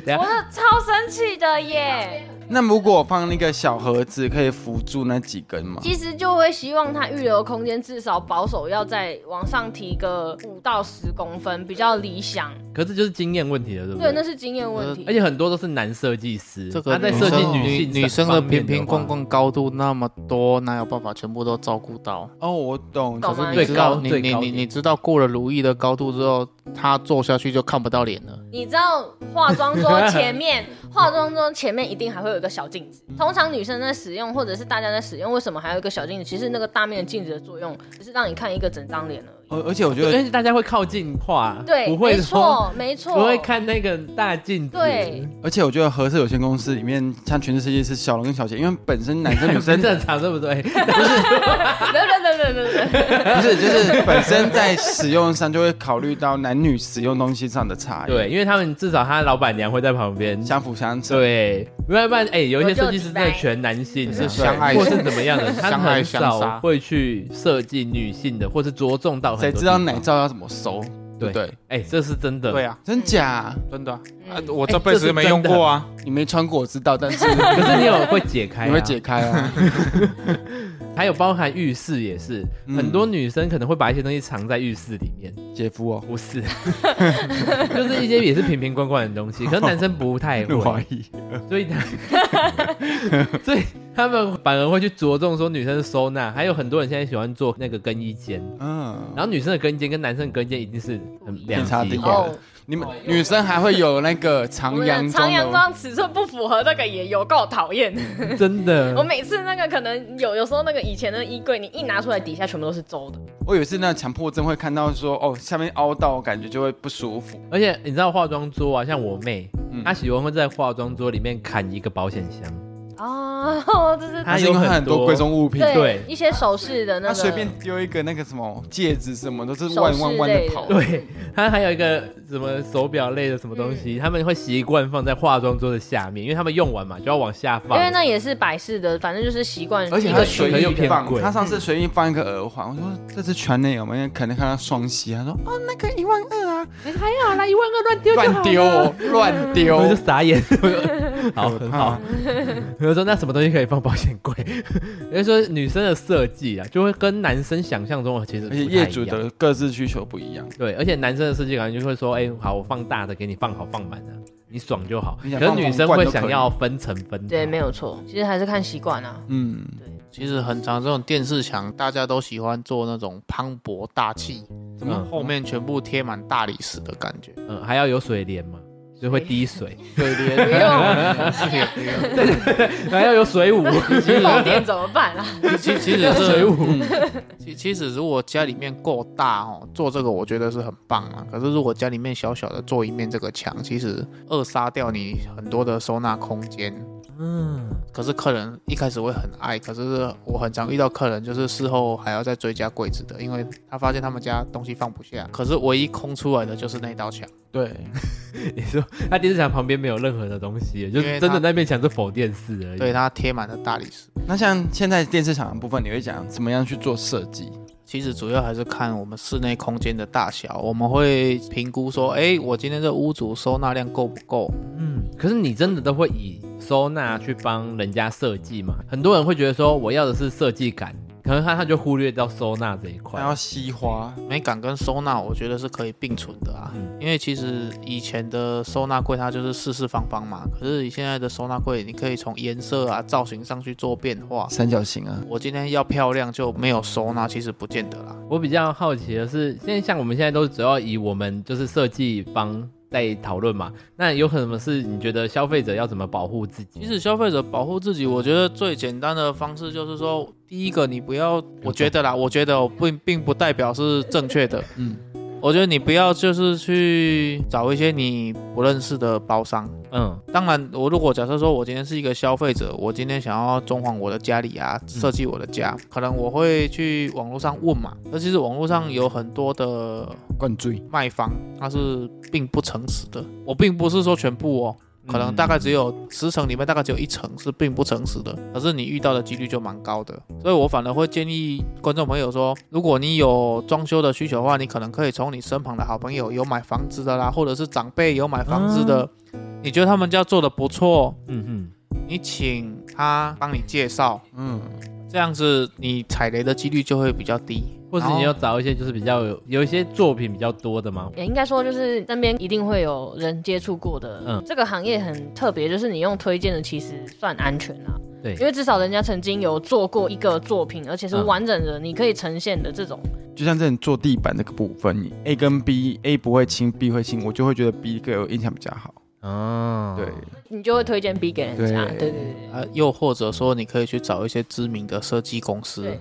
[SPEAKER 1] 等一
[SPEAKER 4] 我
[SPEAKER 1] 下
[SPEAKER 4] 是超生气的耶。
[SPEAKER 2] 那如果我放那个小盒子，可以扶住那几根吗？
[SPEAKER 4] 其实就会希望它预留空间，至少保守要再往上提个五到十公分，比较理想。
[SPEAKER 1] 可是就是经验问题了，对不
[SPEAKER 4] 对，那是经验问题。
[SPEAKER 1] 而且很多都是男设计师，
[SPEAKER 3] 这个
[SPEAKER 1] 他在
[SPEAKER 3] 女
[SPEAKER 1] 设计
[SPEAKER 3] 生
[SPEAKER 1] 女性
[SPEAKER 3] 女生
[SPEAKER 1] 方
[SPEAKER 3] 的
[SPEAKER 1] 面
[SPEAKER 3] 平平
[SPEAKER 1] 话
[SPEAKER 3] 棍，棍高度那么多，哪有办法全部都照顾到？
[SPEAKER 2] 哦，我懂，
[SPEAKER 4] 懂吗
[SPEAKER 2] 可是
[SPEAKER 1] 最
[SPEAKER 2] 你
[SPEAKER 3] 你知
[SPEAKER 2] 知
[SPEAKER 1] 高
[SPEAKER 2] 道
[SPEAKER 3] 道，你
[SPEAKER 1] 最
[SPEAKER 3] 你
[SPEAKER 1] 高
[SPEAKER 3] 你
[SPEAKER 1] 点
[SPEAKER 3] 你知道过了如意的高度之后，她坐下去就看不到脸了。
[SPEAKER 4] 你知道化妆桌前面， 化妆桌前面一定还会有一个小镜子。通常女生在使用，或者是大家在使用，为什么还有一个小镜子？其实那个大面的镜子的作用，只是让你看一个整张脸而已。
[SPEAKER 2] 而而且我觉
[SPEAKER 1] 对
[SPEAKER 2] 得
[SPEAKER 1] 而且大家会靠近画，
[SPEAKER 4] 对，
[SPEAKER 1] 不会
[SPEAKER 4] 没
[SPEAKER 1] 说
[SPEAKER 4] 错，没错，
[SPEAKER 1] 不会。看那个大镜子，
[SPEAKER 4] 对，
[SPEAKER 2] 而且我觉得合适有限公司里面，像全世界是小龙跟小杰，因为本身男生女生
[SPEAKER 1] 很正常， 对不对？
[SPEAKER 4] 等等等等等等，
[SPEAKER 2] 不是，就是本身在使用上就会考虑到男女使用东西上的差异，
[SPEAKER 1] 对，，因为他们至少他老板娘会在旁边，
[SPEAKER 2] 相辅相成。
[SPEAKER 1] 对，不然不然，哎，有一些
[SPEAKER 4] 我就
[SPEAKER 1] 设计师真的全男性啊，
[SPEAKER 3] 是相爱
[SPEAKER 1] 或是怎么样 的，他
[SPEAKER 3] 相爱
[SPEAKER 1] 很
[SPEAKER 3] 相
[SPEAKER 1] 少
[SPEAKER 3] 杀
[SPEAKER 1] 会去设计女性的，或是着重到很多
[SPEAKER 2] 谁知道
[SPEAKER 1] 地
[SPEAKER 2] 奶
[SPEAKER 1] 方？
[SPEAKER 2] 罩要怎么收？对
[SPEAKER 1] 对
[SPEAKER 2] 不对？
[SPEAKER 1] 哎，这是真的，
[SPEAKER 3] 对，啊，
[SPEAKER 2] 真假？
[SPEAKER 3] 真的啊，
[SPEAKER 4] 嗯
[SPEAKER 3] 啊我
[SPEAKER 1] 哎
[SPEAKER 3] 这辈
[SPEAKER 1] 这
[SPEAKER 3] 子
[SPEAKER 1] 是
[SPEAKER 3] 没
[SPEAKER 1] 真
[SPEAKER 3] 用
[SPEAKER 1] 的
[SPEAKER 3] 过啊。
[SPEAKER 2] 你没穿过我知道，但是
[SPEAKER 1] 可是你有会解开，
[SPEAKER 2] 你会解，开啊。
[SPEAKER 1] 还有包含浴室也是，
[SPEAKER 2] 嗯
[SPEAKER 1] 很多女生可能会把一些东西藏在浴室里面。
[SPEAKER 2] 姐夫哦，
[SPEAKER 1] 不是， 就是一些也是瓶
[SPEAKER 2] 哦
[SPEAKER 1] 瓶罐罐的东西，可能男生不太会，
[SPEAKER 2] 疑。
[SPEAKER 1] 所以他，所以他们反而会去着重说女生是收纳，还有很多人现在喜欢做那个更衣间，
[SPEAKER 2] 嗯，
[SPEAKER 1] 然后女生的更衣间跟男生的更衣间一定是很两
[SPEAKER 2] 天差地
[SPEAKER 1] 极
[SPEAKER 2] 远
[SPEAKER 1] 化。
[SPEAKER 4] 哦，
[SPEAKER 2] 你们女生还会有那个
[SPEAKER 4] 我
[SPEAKER 2] 长
[SPEAKER 4] 们
[SPEAKER 2] 洋
[SPEAKER 4] 的长洋
[SPEAKER 2] 装的，
[SPEAKER 4] 装尺寸不符合那个也有够讨厌。
[SPEAKER 1] 真的。
[SPEAKER 4] 我每次那个可能有有时候那个以前的衣柜，你一拿出来底下全部都是皱的。
[SPEAKER 2] 我以为是那强迫症会看到说哦下面凹到，感觉就会不舒服。
[SPEAKER 1] 而且你知道化妆桌啊，像我妹，
[SPEAKER 2] 嗯
[SPEAKER 1] 她喜欢会在化妆桌里面砍一个保险箱，
[SPEAKER 4] 哦， 这是
[SPEAKER 1] 她
[SPEAKER 2] 那是因
[SPEAKER 1] 有
[SPEAKER 2] 为很多贵重物品，
[SPEAKER 4] 对
[SPEAKER 1] 对
[SPEAKER 4] 一些首饰的那
[SPEAKER 2] 他
[SPEAKER 4] 个，
[SPEAKER 2] 随便丢一个那个什么戒指什么都是
[SPEAKER 4] 首
[SPEAKER 2] 万
[SPEAKER 4] 饰
[SPEAKER 2] 万万的
[SPEAKER 4] 类的
[SPEAKER 2] 跑。
[SPEAKER 1] 对，她还有一个什么手表类的什么东西，他们会习惯放在化妆桌的下面，因为他们用完嘛就要往下放。
[SPEAKER 4] 因为那也是摆饰的，反正就是习惯
[SPEAKER 2] 而且
[SPEAKER 4] 一
[SPEAKER 2] 他
[SPEAKER 4] 个
[SPEAKER 2] 随
[SPEAKER 4] 区
[SPEAKER 1] 可能又
[SPEAKER 2] 意
[SPEAKER 1] 偏
[SPEAKER 2] 放，
[SPEAKER 1] 贵
[SPEAKER 2] 他上次随意放一个耳环，我说这是圈内有没有？可能看到双膝，他说哦那个一万二啊，
[SPEAKER 1] 还好啦，一万二乱丢
[SPEAKER 2] 乱丢哦，乱 丢
[SPEAKER 1] 我就傻眼，我就好，
[SPEAKER 2] 可
[SPEAKER 1] 很
[SPEAKER 2] 怕
[SPEAKER 1] 好。比如说，那什么东西可以放保险柜？ 人家说女生的设计啊，就会跟男生想象中的其实
[SPEAKER 2] 而
[SPEAKER 1] 不
[SPEAKER 2] 且
[SPEAKER 1] 太
[SPEAKER 2] 业主
[SPEAKER 1] 一样
[SPEAKER 2] 的各自需求不一样，
[SPEAKER 1] 对，而且男生的设计感觉就会说，哎、好，我放大的给你放好放满啊，你爽就好。
[SPEAKER 2] 你想
[SPEAKER 1] 可是
[SPEAKER 2] 放
[SPEAKER 1] 女生
[SPEAKER 2] 罐
[SPEAKER 1] 会
[SPEAKER 2] 都可以
[SPEAKER 1] 想要分层分层，
[SPEAKER 4] 对，没有错，其实还是看习惯啊。
[SPEAKER 2] 嗯，
[SPEAKER 3] 其实很长这种电视墙，大家都喜欢做那种磅礴大气，
[SPEAKER 2] 怎么
[SPEAKER 1] 哦
[SPEAKER 3] 后面全部贴满大理石的感 觉。
[SPEAKER 1] 嗯，还要有水帘嘛，所以会滴水，
[SPEAKER 3] 对对
[SPEAKER 4] 不用
[SPEAKER 1] 还要有水舞，
[SPEAKER 4] 漏电怎么办啊？
[SPEAKER 3] 其其其实
[SPEAKER 1] 水
[SPEAKER 3] 是
[SPEAKER 1] 舞。
[SPEAKER 3] 其其实如果家里面够大哦，做这个我觉得是很棒啊。可是如果家里面小小的做一面这个墙，其实扼杀掉你很多的收纳空间。
[SPEAKER 1] 嗯，
[SPEAKER 3] 可是客人一开始会很爱，可是我很常遇到客人就是事后还要再追加柜子的，因为他发现他们家东西放不下，可是唯一空出来的就是那道墙。
[SPEAKER 2] 对，
[SPEAKER 1] 你说他电视墙旁边没有任何的东西，就
[SPEAKER 3] 因为
[SPEAKER 1] 是真的
[SPEAKER 3] 它
[SPEAKER 1] 那面墙是否电视而已。
[SPEAKER 3] 对，它贴满了大理石。
[SPEAKER 2] 那像现在电视厂的部分，你会讲怎么样去做设计？
[SPEAKER 3] 其实主要还是看我们室内空间的大小，我们会评估说，哎，我今天这屋主收纳量够不够？
[SPEAKER 1] 嗯，可是你真的都会以收纳去帮人家设计吗？很多人会觉得说我要的是设计感，可能他他就忽略掉收纳这一块
[SPEAKER 2] 还。要西花，
[SPEAKER 3] 美感跟收纳，我觉得是可以并存的啊。
[SPEAKER 1] 嗯
[SPEAKER 3] 因为其实以前的收纳柜它就是四四方方嘛，可是你现在的收纳柜，你可以从颜色啊、造型上去做变化。
[SPEAKER 2] 三角形啊，
[SPEAKER 3] 我今天要漂亮就没有收纳，其实不见得啦。
[SPEAKER 1] 我比较好奇的是，现在像我们现在都主要以我们就是设计方在讨论嘛，那有可能是你觉得消费者要怎么保护自己？
[SPEAKER 3] 其实消费者保护自己，我觉得最简单的方式就是说，第一个你不要，我觉得啦，我觉得我哦并并不代表是正确的，
[SPEAKER 2] 嗯
[SPEAKER 3] 嗯，我觉得你不要就是去找一些你不认识的包商。
[SPEAKER 1] 嗯
[SPEAKER 3] 当然，我如果假设说我今天是一个消费者，我今天想要装潢我的家里啊，设计我的家，可能我会去网络上问嘛。那其实网络上有很多的
[SPEAKER 2] 灌醉，
[SPEAKER 3] 卖方，他是并不诚实的。我并不是说全部哦，可能大
[SPEAKER 1] 嗯
[SPEAKER 3] 概只有十层里面大概只有一层是并不诚实的，可是你遇到的几率就蛮高的。所以我反而会建议观众朋友说，如果你有装修的需求的话，你可能可以从你身旁的好朋友有买房子的啦，或者是长辈有买房子的，你觉得他们家做的不错，
[SPEAKER 1] 嗯嗯，
[SPEAKER 3] 你请他帮你介绍，
[SPEAKER 2] 嗯，
[SPEAKER 3] 这样子你踩雷的几率就会比较低。
[SPEAKER 1] 或是
[SPEAKER 3] 然后
[SPEAKER 1] 你要找一些就是比较有有一些作品比较多的吗？
[SPEAKER 4] 也应该说，就是身边一定会有人接触过的。
[SPEAKER 1] 嗯
[SPEAKER 4] 嗯，这个行业很特别，就是你用推荐的，其实算安全啊。
[SPEAKER 1] 对
[SPEAKER 4] 因为至少人家曾经有做过一个作品，而且是
[SPEAKER 1] 嗯
[SPEAKER 4] 完整的，你可以呈现的这种。
[SPEAKER 2] 就像这种做地板那个部分，A 跟 B，A 不会轻，B 会轻，我就会觉得 B 给我印象比较好。
[SPEAKER 1] 哦，
[SPEAKER 2] 对，
[SPEAKER 4] 你就会推荐 B 给人家。
[SPEAKER 2] 对
[SPEAKER 4] 对对对
[SPEAKER 3] 啊，又或者说你可以去找一些知名的设计公司
[SPEAKER 4] 对，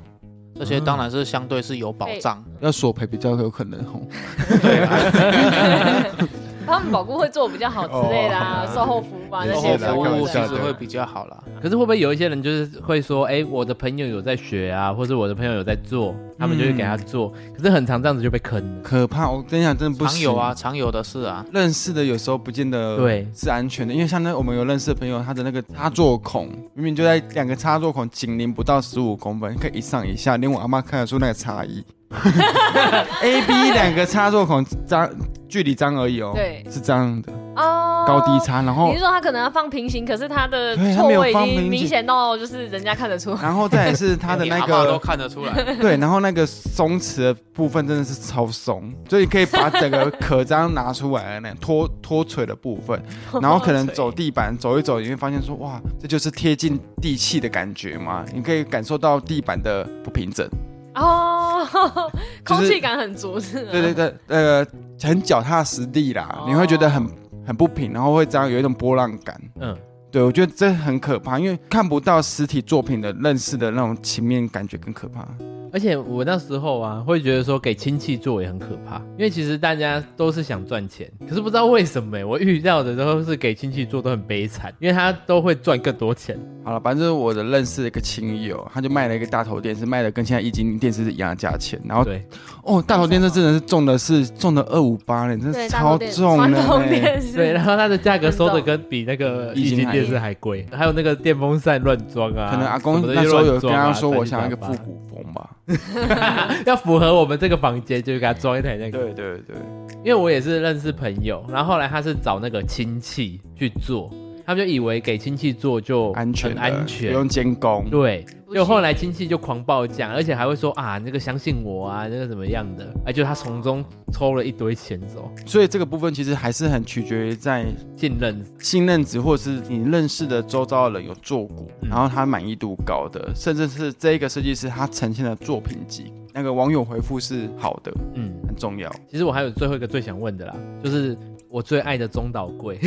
[SPEAKER 3] 这些当然是相对是有保障。
[SPEAKER 2] 要索赔比较有可能哦。
[SPEAKER 4] 对，他们保护会做比较好之类的啊，售后服务啊
[SPEAKER 2] 嗯
[SPEAKER 4] 那
[SPEAKER 2] 对
[SPEAKER 3] 售
[SPEAKER 4] 些
[SPEAKER 3] 后
[SPEAKER 2] 哦也是啦
[SPEAKER 3] 服
[SPEAKER 4] 比较
[SPEAKER 2] 开
[SPEAKER 4] 好
[SPEAKER 3] 务
[SPEAKER 2] 玩
[SPEAKER 3] 其
[SPEAKER 2] 笑
[SPEAKER 3] 实
[SPEAKER 2] 的
[SPEAKER 3] 会比较好啦。
[SPEAKER 1] 可是会不会有一些人就是会说，哎、我的朋友有在学啊，或者我的朋友有在做，他们就会给他做，可是很常这样子就被坑了。
[SPEAKER 2] 可怕，我跟你讲，真的不
[SPEAKER 3] 常
[SPEAKER 2] 行。
[SPEAKER 3] 有啊，，常有的是啊。
[SPEAKER 2] 认识的有时候不见得
[SPEAKER 1] 对
[SPEAKER 2] 是安全的，因为像那我们有认识的朋友，他的那个插座孔明明就在两个插座孔紧邻不到十五公分，可以一上一下，连我阿妈看得出那个差 异。A、B 两个插座孔张距离张而已哦，
[SPEAKER 4] 对
[SPEAKER 2] 是这样的，
[SPEAKER 4] 哦，
[SPEAKER 2] 高低差，然后
[SPEAKER 4] 你是说他可能要放平行，可是他的
[SPEAKER 2] 对他
[SPEAKER 4] 错
[SPEAKER 2] 没有
[SPEAKER 4] 位已
[SPEAKER 2] 放平
[SPEAKER 4] 经
[SPEAKER 2] 行
[SPEAKER 4] 明显到就是人家看得出。
[SPEAKER 2] 然后再来是它的
[SPEAKER 3] 连
[SPEAKER 2] 那
[SPEAKER 3] 阿嬷都
[SPEAKER 2] 个
[SPEAKER 3] 看得出 来，
[SPEAKER 2] 对，然后那个松弛的部分真的是超松，所以可以把整个壳这样拿出来的那样脱脱垂的部分，然后可能走地板走一走，你会发现说哇，这就是贴近地气的感觉嘛，你可以感受到地板的不平整。
[SPEAKER 4] 哦，
[SPEAKER 2] 就是
[SPEAKER 4] 空气感很足，是吗
[SPEAKER 2] 对对对，呃，很脚踏实地啦，你会觉得很很不平，然后会这样有一种波浪感。
[SPEAKER 1] 嗯，
[SPEAKER 2] 对，我觉得这很可怕，因为看不到实体作品的认识的那种情面感觉更可怕。
[SPEAKER 1] 而且我那时候啊，会觉得说给亲戚做也很可怕，因为其实大家都是想赚钱，可是不知道为什么、欸、我遇到的都是给亲戚做都很悲惨，因为他都会赚更多钱。
[SPEAKER 2] 好了，反正我的认识的一个亲友，他就卖了一个大头电视，卖的跟现在液晶电视是一样的价钱。然后
[SPEAKER 1] 对
[SPEAKER 2] 哦，大头电视真的是中的是中的二五八嘞，真
[SPEAKER 4] 对，
[SPEAKER 2] 的
[SPEAKER 4] 大头
[SPEAKER 2] 超
[SPEAKER 4] 电
[SPEAKER 2] 重的、
[SPEAKER 4] 传统
[SPEAKER 2] 欸。
[SPEAKER 4] 电视，
[SPEAKER 1] 对，然后它的价格
[SPEAKER 4] 很
[SPEAKER 1] 收的
[SPEAKER 4] 重
[SPEAKER 1] 跟比那个
[SPEAKER 2] 液
[SPEAKER 1] 液
[SPEAKER 2] 晶
[SPEAKER 1] 晶
[SPEAKER 2] 还
[SPEAKER 1] 电视还贵，还有那个电风扇乱装啊，
[SPEAKER 2] 可能阿
[SPEAKER 1] 什
[SPEAKER 2] 公
[SPEAKER 1] 么的
[SPEAKER 2] 那
[SPEAKER 1] 就
[SPEAKER 2] 时候
[SPEAKER 1] 乱
[SPEAKER 2] 有跟
[SPEAKER 1] 装啊
[SPEAKER 2] 他说，我
[SPEAKER 1] 杂七
[SPEAKER 2] 想要一个
[SPEAKER 1] 杂
[SPEAKER 2] 复
[SPEAKER 1] 八
[SPEAKER 2] 古风吧。
[SPEAKER 1] 要符合我们这个房间，就给他装一台那个。
[SPEAKER 2] 对对对，
[SPEAKER 1] 因为我也是认识朋友，然后后来他是找那个亲戚去做，他们就以为给亲戚做就
[SPEAKER 2] 安全
[SPEAKER 1] 很
[SPEAKER 2] 的
[SPEAKER 1] 安
[SPEAKER 2] 不
[SPEAKER 1] 全。
[SPEAKER 2] 用监工。
[SPEAKER 1] 对，
[SPEAKER 4] 不
[SPEAKER 1] 就后
[SPEAKER 4] 行
[SPEAKER 1] 来亲戚就狂报价，而且还会说啊，那个相信我啊，那个怎么样的，哎，就他从中抽了一堆钱走，
[SPEAKER 2] 所以这个部分其实还是很取决于在
[SPEAKER 1] 信任
[SPEAKER 2] 信任值，或者是你认识的周遭的人有做过，
[SPEAKER 1] 嗯
[SPEAKER 2] 然后他满意度高的，甚至是这一个设计师他呈现的作品集，那个网友回复是好的，
[SPEAKER 1] 嗯。
[SPEAKER 2] 很重要。
[SPEAKER 1] 其实我还有最后一个最想问的啦，就是我最爱的中岛 贵，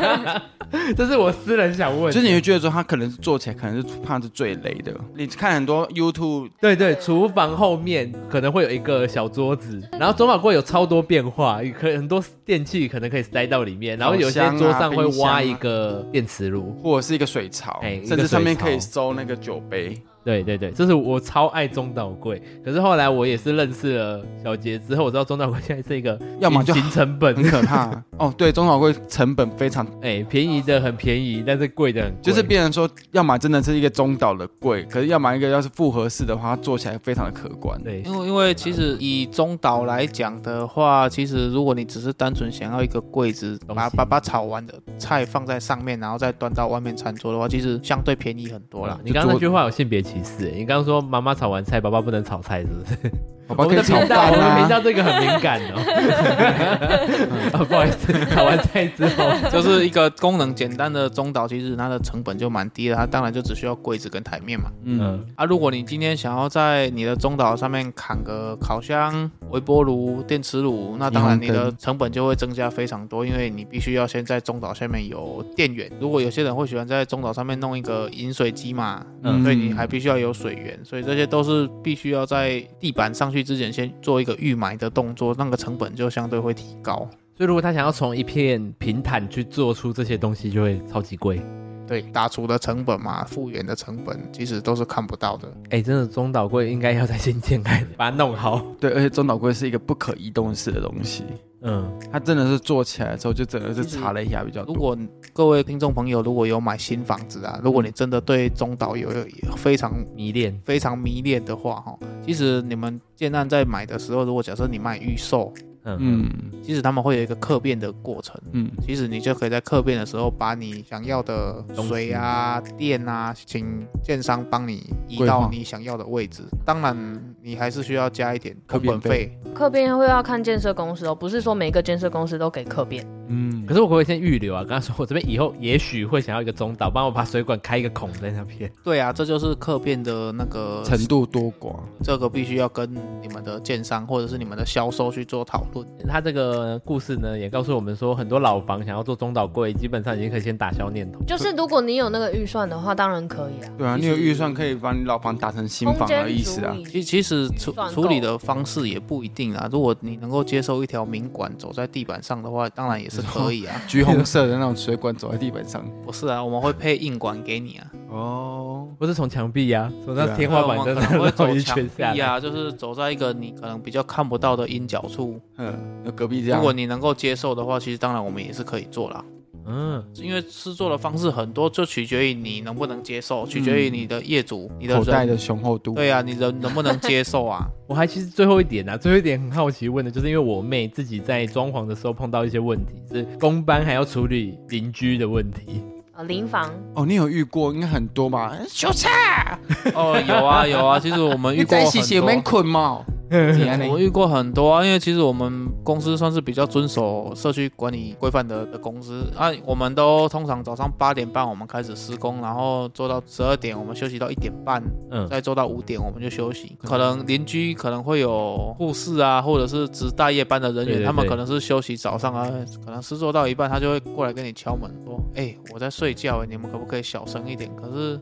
[SPEAKER 1] 这是我私人想问的。
[SPEAKER 2] 就是你会觉得说他可能是做起来可能是怕是最雷的。你看很多 YouTube，
[SPEAKER 1] 对对，厨房后面可能会有一个小桌子，然后中岛柜有超多变化，可很多电器可能可以塞到里
[SPEAKER 2] 啊
[SPEAKER 1] 面，然后有些桌上会挖一个电磁炉。
[SPEAKER 2] 或者是一个水槽，
[SPEAKER 1] 哎一个
[SPEAKER 2] 甚至上
[SPEAKER 1] 水
[SPEAKER 2] 面
[SPEAKER 1] 槽
[SPEAKER 2] 可以收那个酒杯。
[SPEAKER 1] 对对对，这是我超爱中岛柜。可是后来我也是认识了小杰之后，我知道中岛柜现在是一个
[SPEAKER 2] 要么就
[SPEAKER 1] 隐形 成本
[SPEAKER 2] 很，可 怕哦，对，中岛会成本非常，
[SPEAKER 1] 哎，便宜的很便宜，但是贵的很贵。
[SPEAKER 2] 就是别人说，要么真的是一个中岛的贵，可是要么一个要是复合式的话，它做起来非常的可观。
[SPEAKER 1] 对
[SPEAKER 3] 因为因为其实以中岛来讲的话，其实如果你只是单纯想要一个柜子，
[SPEAKER 1] 东西
[SPEAKER 3] 把把把炒完的菜放在上面，然后再端到外面餐桌的话，其实相对便宜很多啦。
[SPEAKER 1] 你刚刚那句话有性别歧视、你刚刚说妈妈炒完菜，爸爸不能炒菜，是不是？
[SPEAKER 2] 好
[SPEAKER 1] 我
[SPEAKER 2] 吧，可
[SPEAKER 1] 们
[SPEAKER 2] 以
[SPEAKER 1] 的
[SPEAKER 2] 炒
[SPEAKER 1] 频道，
[SPEAKER 2] 饭
[SPEAKER 1] 我们频
[SPEAKER 2] 啊。
[SPEAKER 1] 道这个很敏感 哦。啊，不好意思，炒完菜之后，
[SPEAKER 3] 就是一个功能简单的中岛，其实它的成本就蛮低的，它当然就只需要柜子跟台面嘛。
[SPEAKER 2] 嗯，
[SPEAKER 1] 嗯，
[SPEAKER 3] 啊，如果你今天想要在你的中岛上面砍个烤箱、微波炉、电磁炉，那当然你
[SPEAKER 2] 霓虹
[SPEAKER 3] 的
[SPEAKER 2] 灯
[SPEAKER 3] 成本就会增加非常多，因为你必须要先在中岛下面有电源。如果有些人会喜欢在中岛上面弄一个饮水机嘛，
[SPEAKER 2] 嗯
[SPEAKER 3] 嗯，所以你还必须要有水源，所以这些都是必须要在地板上去之前先做一个预埋的动作，那个成本就相对会提高。
[SPEAKER 1] 所以如果他想要从一片平坦去做出这些东西，就会超级贵。
[SPEAKER 3] 对，打除的成本嘛，复原的成本其实都是看不到的。
[SPEAKER 1] 哎、真的中岛贵应该要在新建开， 把它弄好。
[SPEAKER 2] 对，而且中岛龟是一个不可移动式的东西，
[SPEAKER 1] 嗯，
[SPEAKER 2] 它真的是做起来的时候就真的是查了一下比较
[SPEAKER 3] 如
[SPEAKER 2] 多。
[SPEAKER 3] 果各位听众朋友如果有买新房子啊，如果你真的对中岛有有有非常
[SPEAKER 1] 迷恋。
[SPEAKER 3] 非常迷恋的话，哈，其实你们建案在买的时候，如果假设你卖预售，
[SPEAKER 1] 嗯
[SPEAKER 2] 嗯
[SPEAKER 3] 其实他们会有一个客变的过程。
[SPEAKER 2] 嗯，
[SPEAKER 3] 其实你就可以在客变的时候，把你想要的
[SPEAKER 1] 东西
[SPEAKER 3] 水啊、电啊，请建商帮你移
[SPEAKER 2] 规划
[SPEAKER 3] 到你想要的位置。当然，你还是需要加一点
[SPEAKER 2] 客
[SPEAKER 3] 成
[SPEAKER 2] 变
[SPEAKER 3] 本费，
[SPEAKER 4] 客编会要看建设公司哦，不是说每个建设公司都给客编。
[SPEAKER 2] 嗯
[SPEAKER 1] 可，是我可不可以先预留啊？跟他说我这边以后也许会想要一个中岛，帮我把水管开一个孔在那边。
[SPEAKER 3] 对啊，这就是客变的那个
[SPEAKER 2] 程度多寡，
[SPEAKER 3] 这个必须要跟你们的建商或者是你们的销售去做讨论。
[SPEAKER 1] 他这个故事呢，也告诉我们说，很多老房想要做中岛柜，基本上已经可以先打消念头。
[SPEAKER 4] 就是如果你有那个预算的话，当然可以啊。
[SPEAKER 2] 对啊，
[SPEAKER 3] 其
[SPEAKER 2] 你
[SPEAKER 3] 实
[SPEAKER 2] 有预算可以把你老房打成新
[SPEAKER 4] 空
[SPEAKER 2] 房
[SPEAKER 4] 间
[SPEAKER 2] 的意思啊
[SPEAKER 4] 足。以
[SPEAKER 3] 其其实处
[SPEAKER 4] 算够
[SPEAKER 3] 处理的方式也不一定啊。如果你能够接受一条明管走在地板上的话，当然也是可 以啊。
[SPEAKER 2] 橘红色的那种水管走在地板上，
[SPEAKER 3] 不是啊，我们会配硬管给你啊。
[SPEAKER 2] 哦，
[SPEAKER 1] 不是从墙壁呀、从那
[SPEAKER 2] 对啊
[SPEAKER 1] 天花
[SPEAKER 3] 我
[SPEAKER 1] 板
[SPEAKER 3] 们
[SPEAKER 1] 的
[SPEAKER 3] 可能
[SPEAKER 1] 那
[SPEAKER 3] 会
[SPEAKER 1] 绕
[SPEAKER 3] 走
[SPEAKER 1] 一
[SPEAKER 3] 墙
[SPEAKER 1] 圈下
[SPEAKER 3] 壁
[SPEAKER 1] 来。
[SPEAKER 3] 啊，就是走在一个你可能比较看不到的阴角处。
[SPEAKER 2] 嗯，有隔壁这
[SPEAKER 3] 如
[SPEAKER 2] 样
[SPEAKER 3] 果。你能够接受的话，其实当然我们也是可以做啦。
[SPEAKER 1] 嗯，
[SPEAKER 3] 因为施作的方式很多，就取决于你能不能接受，取决于你的业主、你的
[SPEAKER 2] 口袋
[SPEAKER 3] 人。
[SPEAKER 2] 的雄厚度。
[SPEAKER 3] 对啊，你人能不能接受啊？
[SPEAKER 1] 我还其实最后一点啊，最后一点很好奇问的，就是因为我妹自己在装潢的时候碰到一些问题，是工班还要处理邻居的问题。
[SPEAKER 4] 呃，临房
[SPEAKER 2] 哦，你有遇过应该很多吧？小菜，
[SPEAKER 3] 哦，有啊有啊，其实我们遇
[SPEAKER 2] 你
[SPEAKER 3] 过
[SPEAKER 2] 在
[SPEAKER 3] 很
[SPEAKER 2] 一起写门
[SPEAKER 3] 多。
[SPEAKER 2] 捆吗？
[SPEAKER 1] 嗯
[SPEAKER 3] 嗯
[SPEAKER 2] 怎样呢
[SPEAKER 3] 我遇过很多啊，因为其实我们公司算是比较遵守社区管理规范的的公司啊，我们都通常早上八点半我们开始施工，然后做到十二点，我们休息到一点半，
[SPEAKER 1] 嗯，
[SPEAKER 3] 再做到五点我们就休息。可能邻居可能会有护士啊，或者是值大夜班的人
[SPEAKER 1] 对
[SPEAKER 3] 员，
[SPEAKER 1] 对
[SPEAKER 3] 他们
[SPEAKER 1] 对
[SPEAKER 3] 可能是休息早上啊，可能是做到一半，他就会过来跟你敲门说：“哎、我在睡觉、哎，你们可不可以小声一点？”可是。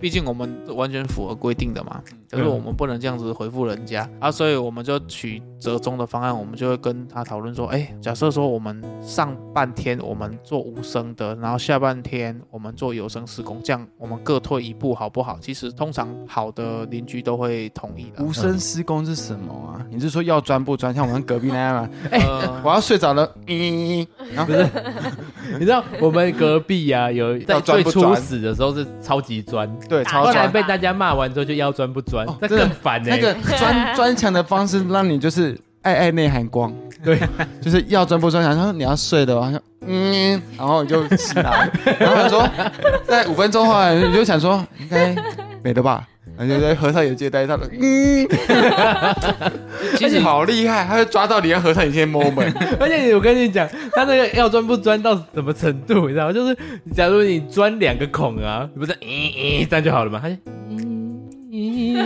[SPEAKER 3] 毕竟我们完全符合规定的嘛，可是
[SPEAKER 1] 嗯
[SPEAKER 3] 我们不能这样子回复人家啊，所以我们就取折中的方案，我们就会跟他讨论说，哎，假设说我们上半天我们做无声的，然后下半天我们做有声施工，这样我们各退一步好不好？其实通常好的邻居都会同意的。
[SPEAKER 2] 无声施工是什么啊？你是说要钻不钻？像我们隔壁那样 吗？
[SPEAKER 3] 呃
[SPEAKER 2] 我要睡着了，嗯，然后
[SPEAKER 1] 你知道我们隔壁啊，有在
[SPEAKER 2] 要钻
[SPEAKER 1] 最
[SPEAKER 2] 不
[SPEAKER 1] 初
[SPEAKER 2] 钻
[SPEAKER 1] 始的时候是超级钻，
[SPEAKER 2] 对，
[SPEAKER 4] 打
[SPEAKER 2] 超
[SPEAKER 1] 后
[SPEAKER 4] 架
[SPEAKER 1] 来
[SPEAKER 2] 转
[SPEAKER 1] 被大家骂完之后就要钻不钻
[SPEAKER 2] 哦，
[SPEAKER 1] 那
[SPEAKER 2] 真的
[SPEAKER 1] 更烦欸呢。
[SPEAKER 2] 那个钻钻墙的方式，让你就是爱爱内涵光，
[SPEAKER 1] 对，
[SPEAKER 2] 就是要钻不钻墙。他说你要睡的哦，他说嗯，然后你就起来，然后他说在五分钟后来你就想说应该没了吧。然后就在合上眼睛戴上了，嗯，
[SPEAKER 3] 其实
[SPEAKER 2] 好厉害，他就抓到你要合上眼睛的 moment，
[SPEAKER 1] 而且我跟你讲，他那个要钻不钻到什么程度，你知道吗？就是假如你钻两个孔啊，你不是咦咦这样就好了嘛？他就咦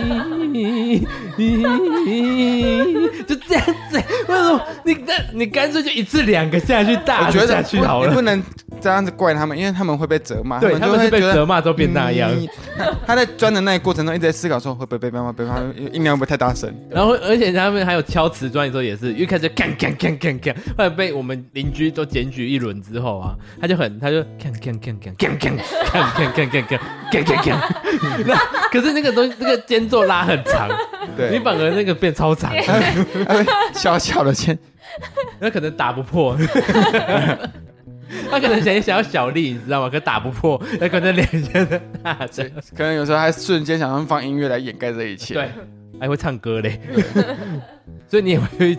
[SPEAKER 1] 咦就这样子，为什么你那你干脆就一次两个下去大
[SPEAKER 2] 我觉
[SPEAKER 1] 下
[SPEAKER 2] 得
[SPEAKER 1] 去好
[SPEAKER 2] 不你
[SPEAKER 1] 了？
[SPEAKER 2] 不能这样子怪他们，因为他们会被责骂，
[SPEAKER 1] 对，
[SPEAKER 2] 他
[SPEAKER 1] 他们
[SPEAKER 2] 们就是
[SPEAKER 1] 被
[SPEAKER 2] 会觉得
[SPEAKER 1] 责骂之后变那样，
[SPEAKER 2] 嗯他他在钻的那个过程中一直在思考说会不会被骂，被骂，音量会不会太大声？
[SPEAKER 1] 然后而且他们还有敲瓷砖的时候也是，一开始就干干干干干，后来被我们邻居都检举一轮之后啊，他就很他就干干干干干干干干干干干干干， 那可是那个东西那个间奏拉很长，
[SPEAKER 2] 对，
[SPEAKER 1] 你反而那个变超长，
[SPEAKER 2] 小小的先
[SPEAKER 1] 那可能打不破。 他可能想想要小力，你知道吗？可打不破，那可能两下的大
[SPEAKER 2] 对
[SPEAKER 1] 声。，
[SPEAKER 2] 可能有时候还瞬间想要放音乐来掩盖这一切。
[SPEAKER 1] 对，还会唱歌嘞， 所以你也会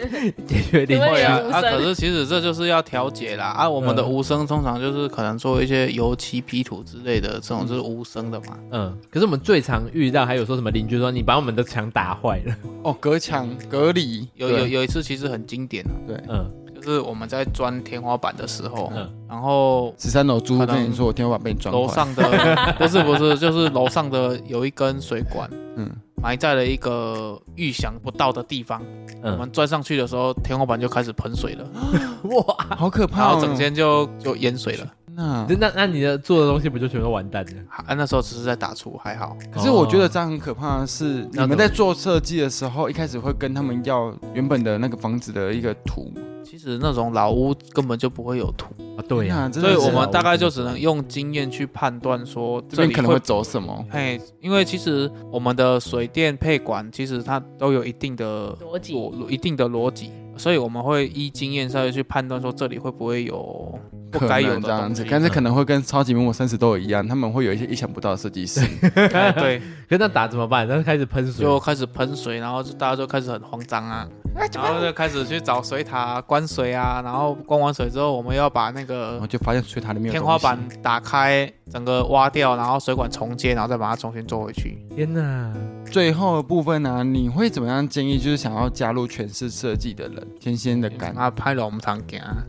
[SPEAKER 1] 解决邻
[SPEAKER 4] 对
[SPEAKER 3] 会
[SPEAKER 1] 居
[SPEAKER 3] 啊
[SPEAKER 4] 无，
[SPEAKER 3] 啊，
[SPEAKER 4] 声
[SPEAKER 3] 可是其实这就是要调节啦。啊，我们的
[SPEAKER 1] 嗯
[SPEAKER 3] 无声通常就是可能做一些油漆 P 图之类的，这
[SPEAKER 2] 嗯
[SPEAKER 3] 种就是无声的嘛。
[SPEAKER 1] 嗯，可是我们最常遇到还有说什么邻居说你把我们的墙打坏了，
[SPEAKER 2] 哦，隔墙隔离，
[SPEAKER 3] 有有有一次其实很经典啊，
[SPEAKER 1] 嗯，
[SPEAKER 3] 就是我们在钻天花板的时候，
[SPEAKER 1] 嗯
[SPEAKER 3] 然后
[SPEAKER 2] 十三楼租户
[SPEAKER 3] 可能
[SPEAKER 2] 跟你说我天花板被你撞
[SPEAKER 3] 楼
[SPEAKER 2] 坏，
[SPEAKER 3] 上的不是不是，就是楼上的有一根水管
[SPEAKER 2] 嗯，
[SPEAKER 3] 埋在了一个预想不到的地方，我
[SPEAKER 1] 嗯，
[SPEAKER 3] 们钻上去的时候，天花板就开始喷水了，
[SPEAKER 1] 哇，
[SPEAKER 2] 好可
[SPEAKER 3] 然
[SPEAKER 2] 怕哦！
[SPEAKER 3] 后整间哦就就淹水了。
[SPEAKER 2] 那，
[SPEAKER 1] 那那你的做的东西不就全都完蛋了？
[SPEAKER 3] 啊，那时候只是在打出，还好。
[SPEAKER 2] 可是我觉得这样很可怕的是，你
[SPEAKER 1] 那怎么
[SPEAKER 2] 们在做设计的时候，一开始会跟他们要原本的那个房子的一个图，
[SPEAKER 3] 其实那种老屋根本就不会有土。
[SPEAKER 1] 啊，对呀，
[SPEAKER 2] 那真
[SPEAKER 3] 所
[SPEAKER 2] 的
[SPEAKER 3] 以
[SPEAKER 2] 是啊
[SPEAKER 3] 我
[SPEAKER 1] 老
[SPEAKER 3] 们
[SPEAKER 1] 屋
[SPEAKER 3] 大概就只能用经验去判断说
[SPEAKER 2] 这
[SPEAKER 3] 这
[SPEAKER 2] 边
[SPEAKER 3] 里
[SPEAKER 2] 可能会走什么？
[SPEAKER 3] 哎，因为其实我们的水电配管其实它都有一定的
[SPEAKER 4] 逻辑
[SPEAKER 2] 哦
[SPEAKER 3] 逻一定的逻辑，所以我们会依经验稍微去判断说这里会不会有不
[SPEAKER 2] 可
[SPEAKER 3] 该
[SPEAKER 2] 能
[SPEAKER 3] 有
[SPEAKER 2] 啊
[SPEAKER 3] 的
[SPEAKER 2] 这样
[SPEAKER 3] 东
[SPEAKER 2] 子
[SPEAKER 3] 西，。嗯
[SPEAKER 2] 但是可能会跟超级名模三十都一样，他们会有一些意想不到的设计师。
[SPEAKER 3] 哎对，
[SPEAKER 1] 可是那打怎么办？那开始喷水，
[SPEAKER 3] 就开始喷水，然后就大家就开始很慌张啊，然后就开始去找水塔关水啊，然后关完水之后，我们要把那
[SPEAKER 2] 然
[SPEAKER 3] 个
[SPEAKER 2] 后就发现水塔里哦面有
[SPEAKER 3] 天花
[SPEAKER 2] 东西
[SPEAKER 3] 板打开，整个挖掉，然后水管重接，然后再把它重新做回去。
[SPEAKER 1] 天哪，
[SPEAKER 2] 最后的部分呢、你会怎么样建议？就是想要加入全市设计的人，先先的
[SPEAKER 4] 嗯
[SPEAKER 2] 感，
[SPEAKER 3] 啊，拍了我们常行啊，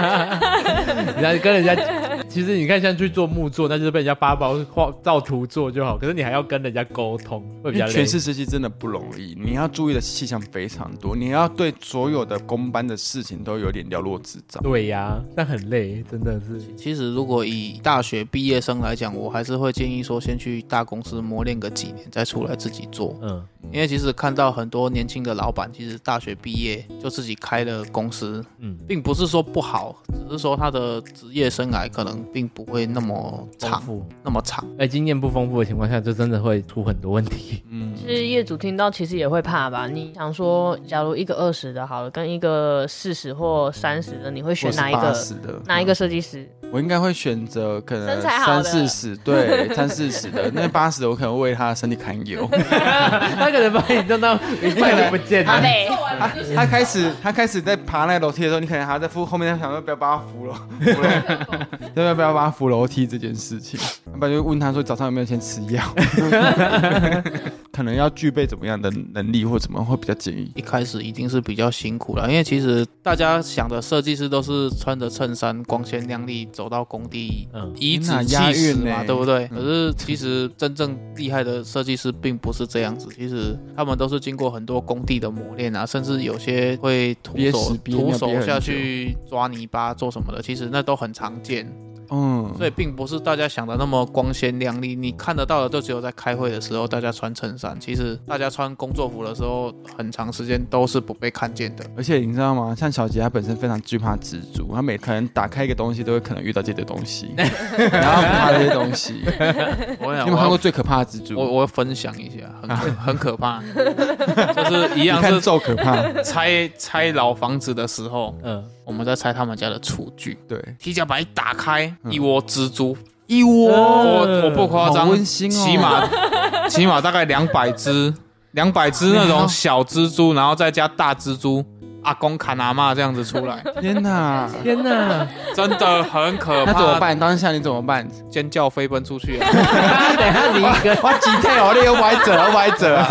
[SPEAKER 1] 然后跟人家，其实你看像去做木作，那就是被人家发包画照图做就好，可是你还要跟人家沟通，会比
[SPEAKER 2] 因
[SPEAKER 1] 较
[SPEAKER 2] 为
[SPEAKER 1] 累
[SPEAKER 2] 全。市设计真的不容易，你要注意的细项非常多，你要对所有的工班的事情都有点了若指掌。
[SPEAKER 1] 对呀，但很累，真的是。
[SPEAKER 3] 其实如果以大学毕业生来讲，我还是会建议说先去大公司磨练个几年，再出来自己做。
[SPEAKER 1] 嗯，
[SPEAKER 3] 因为其实看到很多年轻的老板，其实大学毕业就自己开了公司，
[SPEAKER 1] 嗯
[SPEAKER 3] 并不是说不好，只是说他的职业生涯可能并不会那么
[SPEAKER 1] 丰
[SPEAKER 3] 长，
[SPEAKER 1] 富，
[SPEAKER 3] 那么长。
[SPEAKER 1] 哎，经验不丰富的情况下，就真的会出很多问题。
[SPEAKER 2] 嗯，
[SPEAKER 4] 其实业主听到其实也会怕吧？你想说，假如一个二十的好了，跟一个四十或三十的，你会选哪一
[SPEAKER 2] 八
[SPEAKER 4] 个？
[SPEAKER 2] 十的嗯
[SPEAKER 4] 哪一个？设计师？
[SPEAKER 2] 我应该会选择可能
[SPEAKER 4] 身材好
[SPEAKER 2] 三四
[SPEAKER 4] 的
[SPEAKER 2] 十，对，三四十的。那八十的我可能会为他的身体堪忧。
[SPEAKER 1] 他可能把你 弄到一半就不见
[SPEAKER 4] 阿
[SPEAKER 1] 了。
[SPEAKER 4] 北，
[SPEAKER 2] 他他开始他开始在爬那楼梯的时候，你可能还要在扶后面想说不要把他扶了，扶了要不要不要把他扶楼梯这件事情，要不然就问他说早上有没有先吃药，可能要具备怎么样的能力或怎么会比较建议。
[SPEAKER 3] 一开始一定是比较辛苦了，因为其实大家想的设计师都是穿着衬衫光鲜亮丽走到工地，
[SPEAKER 1] 嗯
[SPEAKER 3] 颐指
[SPEAKER 2] 天哪
[SPEAKER 3] 气使
[SPEAKER 2] 押韵
[SPEAKER 3] 嘛，
[SPEAKER 2] 呢
[SPEAKER 3] 对不对？
[SPEAKER 2] 嗯
[SPEAKER 3] 可是其实真正厉害的设计师并不是这样子，其实他们都是经过很多工地的磨练啊，甚至有些会徒
[SPEAKER 2] 憋
[SPEAKER 3] 手
[SPEAKER 2] 屎憋尿
[SPEAKER 3] 徒
[SPEAKER 2] 憋
[SPEAKER 3] 手
[SPEAKER 2] 很
[SPEAKER 3] 下
[SPEAKER 2] 久
[SPEAKER 3] 去抓泥巴做什么的，其实那都很常见。
[SPEAKER 2] 嗯，
[SPEAKER 3] 所以并不是大家想的那么光鲜亮丽，你看得到的就只有在开会的时候大家穿衬衫，其实大家穿工作服的时候，很长时间都是不被看见的。
[SPEAKER 2] 而且你知道吗？像小杰她本身非常惧怕蜘蛛，她每可能打开一个东西都会可能遇到这些东西，然后怕这些东西。你
[SPEAKER 3] 我
[SPEAKER 2] 有
[SPEAKER 3] 想
[SPEAKER 2] 没有看过
[SPEAKER 3] 我
[SPEAKER 2] 最可怕的蜘蛛？
[SPEAKER 3] 我我分享一下，很可很可怕，就是一
[SPEAKER 2] 你
[SPEAKER 3] 样
[SPEAKER 2] 看
[SPEAKER 3] 是
[SPEAKER 2] 咒可怕，
[SPEAKER 3] 拆拆老房子的时候，
[SPEAKER 1] 嗯，
[SPEAKER 3] 我们在拆他们家的厨具，
[SPEAKER 2] 对，
[SPEAKER 3] 提脚板一打开，
[SPEAKER 2] 嗯
[SPEAKER 3] 一窝蜘蛛，
[SPEAKER 2] 一窝
[SPEAKER 3] 我我不夸
[SPEAKER 2] 好
[SPEAKER 3] 张，
[SPEAKER 2] 温馨哦，
[SPEAKER 3] 起码 起码大概两百只，两百只那种小蜘蛛，然后再加大蜘蛛，阿公砍阿妈这样子出来，
[SPEAKER 2] 天哪！
[SPEAKER 1] 天 哪！
[SPEAKER 3] 真的很可怕。
[SPEAKER 2] 那怎么？办？当下你怎么办？
[SPEAKER 3] 尖叫飞奔出去、啊。
[SPEAKER 1] 等一下你一个
[SPEAKER 2] 我几天哦，你有歪折，有歪折啊！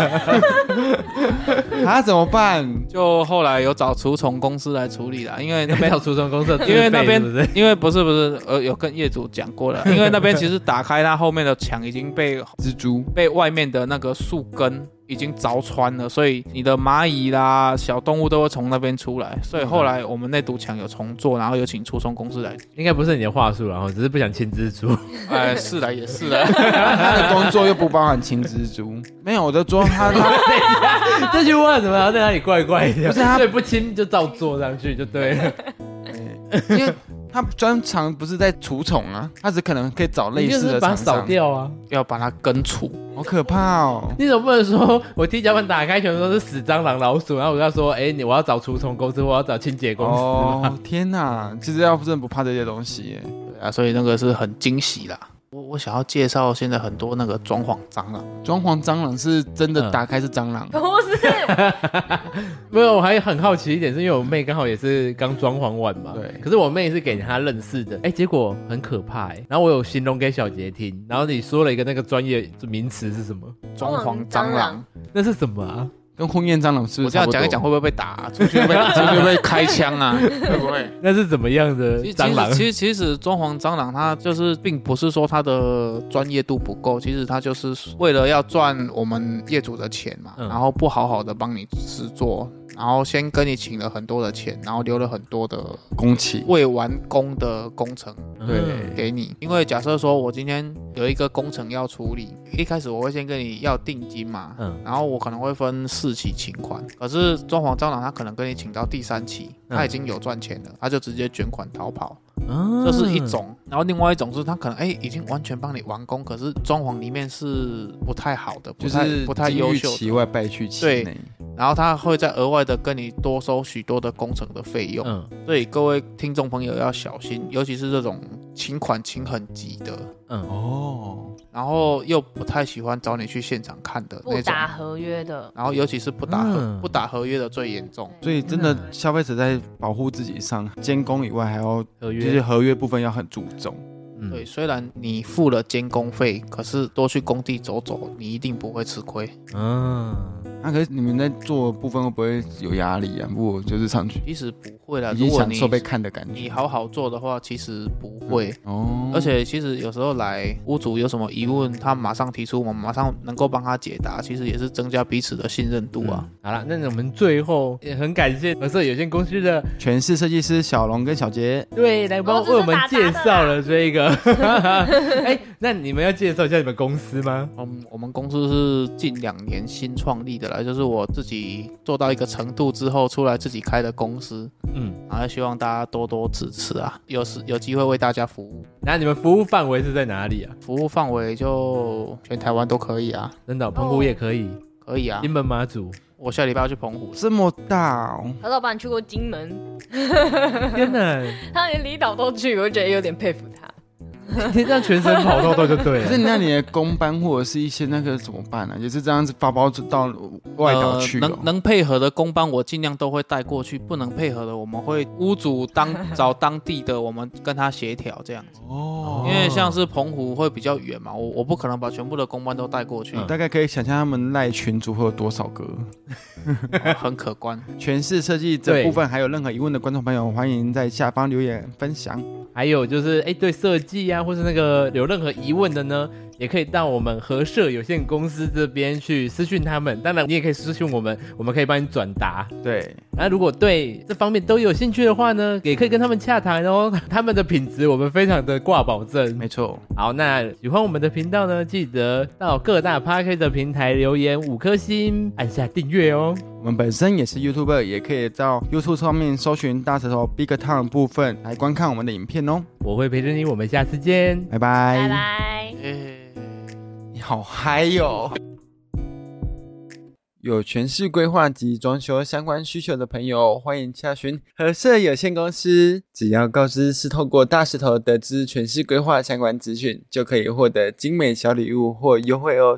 [SPEAKER 2] 啊，怎么办？
[SPEAKER 3] 就后来有找除虫公司来处理啦，因 为那
[SPEAKER 1] 没
[SPEAKER 3] 边
[SPEAKER 1] 有出虫公司，
[SPEAKER 3] 因为那边
[SPEAKER 1] 是不是？
[SPEAKER 3] 因为不是不是呃有跟业主讲过了，因为那边其实打开它后面的墙已经被
[SPEAKER 2] 蜘蛛
[SPEAKER 3] 被外面的那个树根已经凿穿了，所以你的蚂蚁啦、小动物都会从那边出来。所以后来我们那堵墙有重做，然后有请初中公司来，
[SPEAKER 1] 应该不是你的话术啦，然后只是不想亲蜘 蛛。
[SPEAKER 3] 哎，是来也是来，
[SPEAKER 2] 他的工作又不包含清蜘蛛，没有，我的说 他他
[SPEAKER 1] 这句话怎么要在那里怪怪的？
[SPEAKER 2] 不是他
[SPEAKER 1] 所以不亲就照坐上去就对 了。
[SPEAKER 2] 因为他专长不是在除虫啊，他只可能可以找类
[SPEAKER 1] 你就
[SPEAKER 2] 似
[SPEAKER 1] 是
[SPEAKER 2] 的
[SPEAKER 1] 把它
[SPEAKER 2] 厂
[SPEAKER 1] 扫
[SPEAKER 2] 商，
[SPEAKER 1] 掉啊！
[SPEAKER 3] 要把它根除。
[SPEAKER 2] 好可怕哦！
[SPEAKER 1] 你总不能说我踢脚板打开全部都是死蟑螂、老鼠，然后我跟他说：“哎、你我要找除虫公司，我要找清洁公司。
[SPEAKER 2] 哦，天哪！其实要不真的不怕这些东西耶，
[SPEAKER 3] 对啊，所以那个是很惊喜啦。我我想要介绍现在很多那个装潢啊蟑螂，
[SPEAKER 2] 装潢蟑螂是真的
[SPEAKER 1] 嗯
[SPEAKER 2] 打开是蟑螂，
[SPEAKER 4] 不是，
[SPEAKER 1] 没有，我还很好奇一点，是因为我妹刚好也是刚装潢完嘛。
[SPEAKER 2] 对
[SPEAKER 1] 可是我妹是给她认识的，哎、结果很可怕哎、然后我有形容给小杰听，然后你说了一个那个专业名词是什么？
[SPEAKER 3] 装潢蟑
[SPEAKER 4] 蟑
[SPEAKER 3] 螂
[SPEAKER 4] 螂，
[SPEAKER 1] 那是什么啊？
[SPEAKER 2] 跟婚宴蟑螂是不
[SPEAKER 3] 我
[SPEAKER 2] 是差
[SPEAKER 3] 这样
[SPEAKER 2] 不多？
[SPEAKER 3] 讲一讲会不会被打、啊？出去会不会出去会不会开枪啊？ 会不会？
[SPEAKER 1] 那是怎么样的
[SPEAKER 3] 其实
[SPEAKER 1] 蟑螂？
[SPEAKER 3] 其实其实装潢蟑螂它就是并不是说它的专业度不够，其实它就是为了要赚我们业主的钱嘛，
[SPEAKER 1] 嗯
[SPEAKER 3] 然后不好好的帮你制作。然后先跟你请了很多的钱，然后留了很多的
[SPEAKER 2] 公器，
[SPEAKER 3] 未完工的工程
[SPEAKER 1] 嗯
[SPEAKER 3] 给你。因为假设说我今天有一个工程要处理，一开始我会先跟你要定金嘛，
[SPEAKER 1] 嗯
[SPEAKER 3] 然后我可能会分四期请款，可是装潢蟑螂他可能跟你请到第三期，他已经有赚钱了，他就直接卷款逃跑，
[SPEAKER 1] 啊
[SPEAKER 3] 嗯这是一
[SPEAKER 2] 嗯
[SPEAKER 3] 种。然后另外一种是他可能哎已经完全帮你完工，可是装潢里面是不太好的，不
[SPEAKER 2] 就
[SPEAKER 3] 太
[SPEAKER 2] 是
[SPEAKER 3] 不太
[SPEAKER 2] 金玉
[SPEAKER 3] 优秀
[SPEAKER 2] 其
[SPEAKER 3] 的。
[SPEAKER 2] 外败絮其
[SPEAKER 3] 对
[SPEAKER 2] 内。
[SPEAKER 3] 然后他会再额外的跟你多收许多的工程的费用，
[SPEAKER 1] 嗯
[SPEAKER 3] 所以各位听众朋友要小心，尤其是这种请款请很急的，
[SPEAKER 1] 嗯，
[SPEAKER 2] 哦，
[SPEAKER 3] 然后又不太喜欢找你去现场看的
[SPEAKER 4] 不
[SPEAKER 3] 那种。
[SPEAKER 4] 打合约的，
[SPEAKER 3] 然后尤其是不打合、
[SPEAKER 1] 嗯
[SPEAKER 3] 不打合约的最严重。
[SPEAKER 2] 所以真的消费者在保护自己上，监工以外还要
[SPEAKER 1] 合
[SPEAKER 2] 就
[SPEAKER 1] 约
[SPEAKER 2] 是合约部分要很注重。
[SPEAKER 1] 嗯
[SPEAKER 3] 对，虽然你付了监工费，可是多去工地走走，你一定不会吃亏。
[SPEAKER 1] 嗯，
[SPEAKER 2] 那、可是你们在做的部分会不会有压力啊？不，就是上去
[SPEAKER 3] 其实不会啦，
[SPEAKER 2] 已
[SPEAKER 3] 啊如
[SPEAKER 2] 经
[SPEAKER 3] 果
[SPEAKER 2] 享
[SPEAKER 3] 你
[SPEAKER 2] 受被看的感
[SPEAKER 3] 你
[SPEAKER 2] 觉。
[SPEAKER 3] 好好做的话，其实不会。
[SPEAKER 2] 哦，
[SPEAKER 3] 而且其实有时候来屋主有什么疑问，他马上提出，我们马上能够帮他解答，其实也是增加彼此的信任度啊。
[SPEAKER 1] 嗯好了，那我们最后也很感谢合社有限公司的
[SPEAKER 2] 全是设计师小龙跟小杰，
[SPEAKER 1] 对，来帮
[SPEAKER 4] 哦这
[SPEAKER 1] 为我
[SPEAKER 4] 是
[SPEAKER 1] 们
[SPEAKER 4] 打杂
[SPEAKER 1] 介
[SPEAKER 4] 的
[SPEAKER 1] 绍
[SPEAKER 4] 啦
[SPEAKER 1] 了这一个。哎、那你们要介绍一下你们公司吗？
[SPEAKER 3] 嗯，我们公司是近两年新创立的啦，就是我自己做到一个程度之后出来自己开的公司，
[SPEAKER 1] 嗯，
[SPEAKER 3] 然后希望大家多多支持啊，有时有机会为大家服务，
[SPEAKER 1] 那你们服务范围是在哪里啊？
[SPEAKER 3] 服务范围就全台湾都可以啊，
[SPEAKER 1] 真的哦，澎湖也可以，
[SPEAKER 3] 可以啊
[SPEAKER 1] 金，门马祖。
[SPEAKER 3] 我下礼拜要去澎湖了，
[SPEAKER 2] 这么大哦，
[SPEAKER 4] 何老板去过金门，
[SPEAKER 1] 天哪，
[SPEAKER 4] 他连离岛都去，我觉得有点佩服他。
[SPEAKER 1] 天上全身跑透透就对
[SPEAKER 2] 可是
[SPEAKER 1] 了。
[SPEAKER 2] 那你的公班或者是一些那个怎么办呢、啊也是这样子发包到外岛去、
[SPEAKER 3] 呃
[SPEAKER 2] 哦
[SPEAKER 3] 能能配合的工班我尽量都会带过去，不能配合的我们会屋主当找当地的，我们跟他协调这样子。
[SPEAKER 2] 哦
[SPEAKER 3] 因为像是澎湖会比较远嘛，我我不可能把全部的公班都带过去，
[SPEAKER 2] 你大概可以想象他们赖群组会有多少个。
[SPEAKER 3] 很可 观。
[SPEAKER 2] 全市设计这
[SPEAKER 1] 对
[SPEAKER 2] 部分还有任何疑问的观众朋友，欢迎在下方留言分享。
[SPEAKER 1] 还有就是，哎，对设计啊，或是那个有任何疑问的呢，也可以到我们和社有限公司这边去私讯他们。当然，你也可以私讯我们，我们可以帮你转达。
[SPEAKER 2] 对，
[SPEAKER 1] 那如果对这方面都有兴趣的话呢，也可以跟他们洽谈哦。 他们的品质我们非常的挂保证。
[SPEAKER 2] 没错，
[SPEAKER 1] 好，那喜欢我们的频道呢，记得到各大 p a r k 的平台留言五颗星，按下订阅哦。
[SPEAKER 2] 我们本身也是 YouTuber，也可以到 YouTube 上面搜寻大舌头 Big Town 的部分来观看我们的影片哦。
[SPEAKER 1] 我会陪着你，我们下次见。
[SPEAKER 2] 拜拜，
[SPEAKER 4] 拜拜。
[SPEAKER 3] 诶
[SPEAKER 2] 你好嗨哟、有全市规划及装修相关需求的朋友，欢迎洽询合社有限公司。只要告知是透过大石头得知全市规划相关资讯，就可以获得精美小礼物或优惠哦。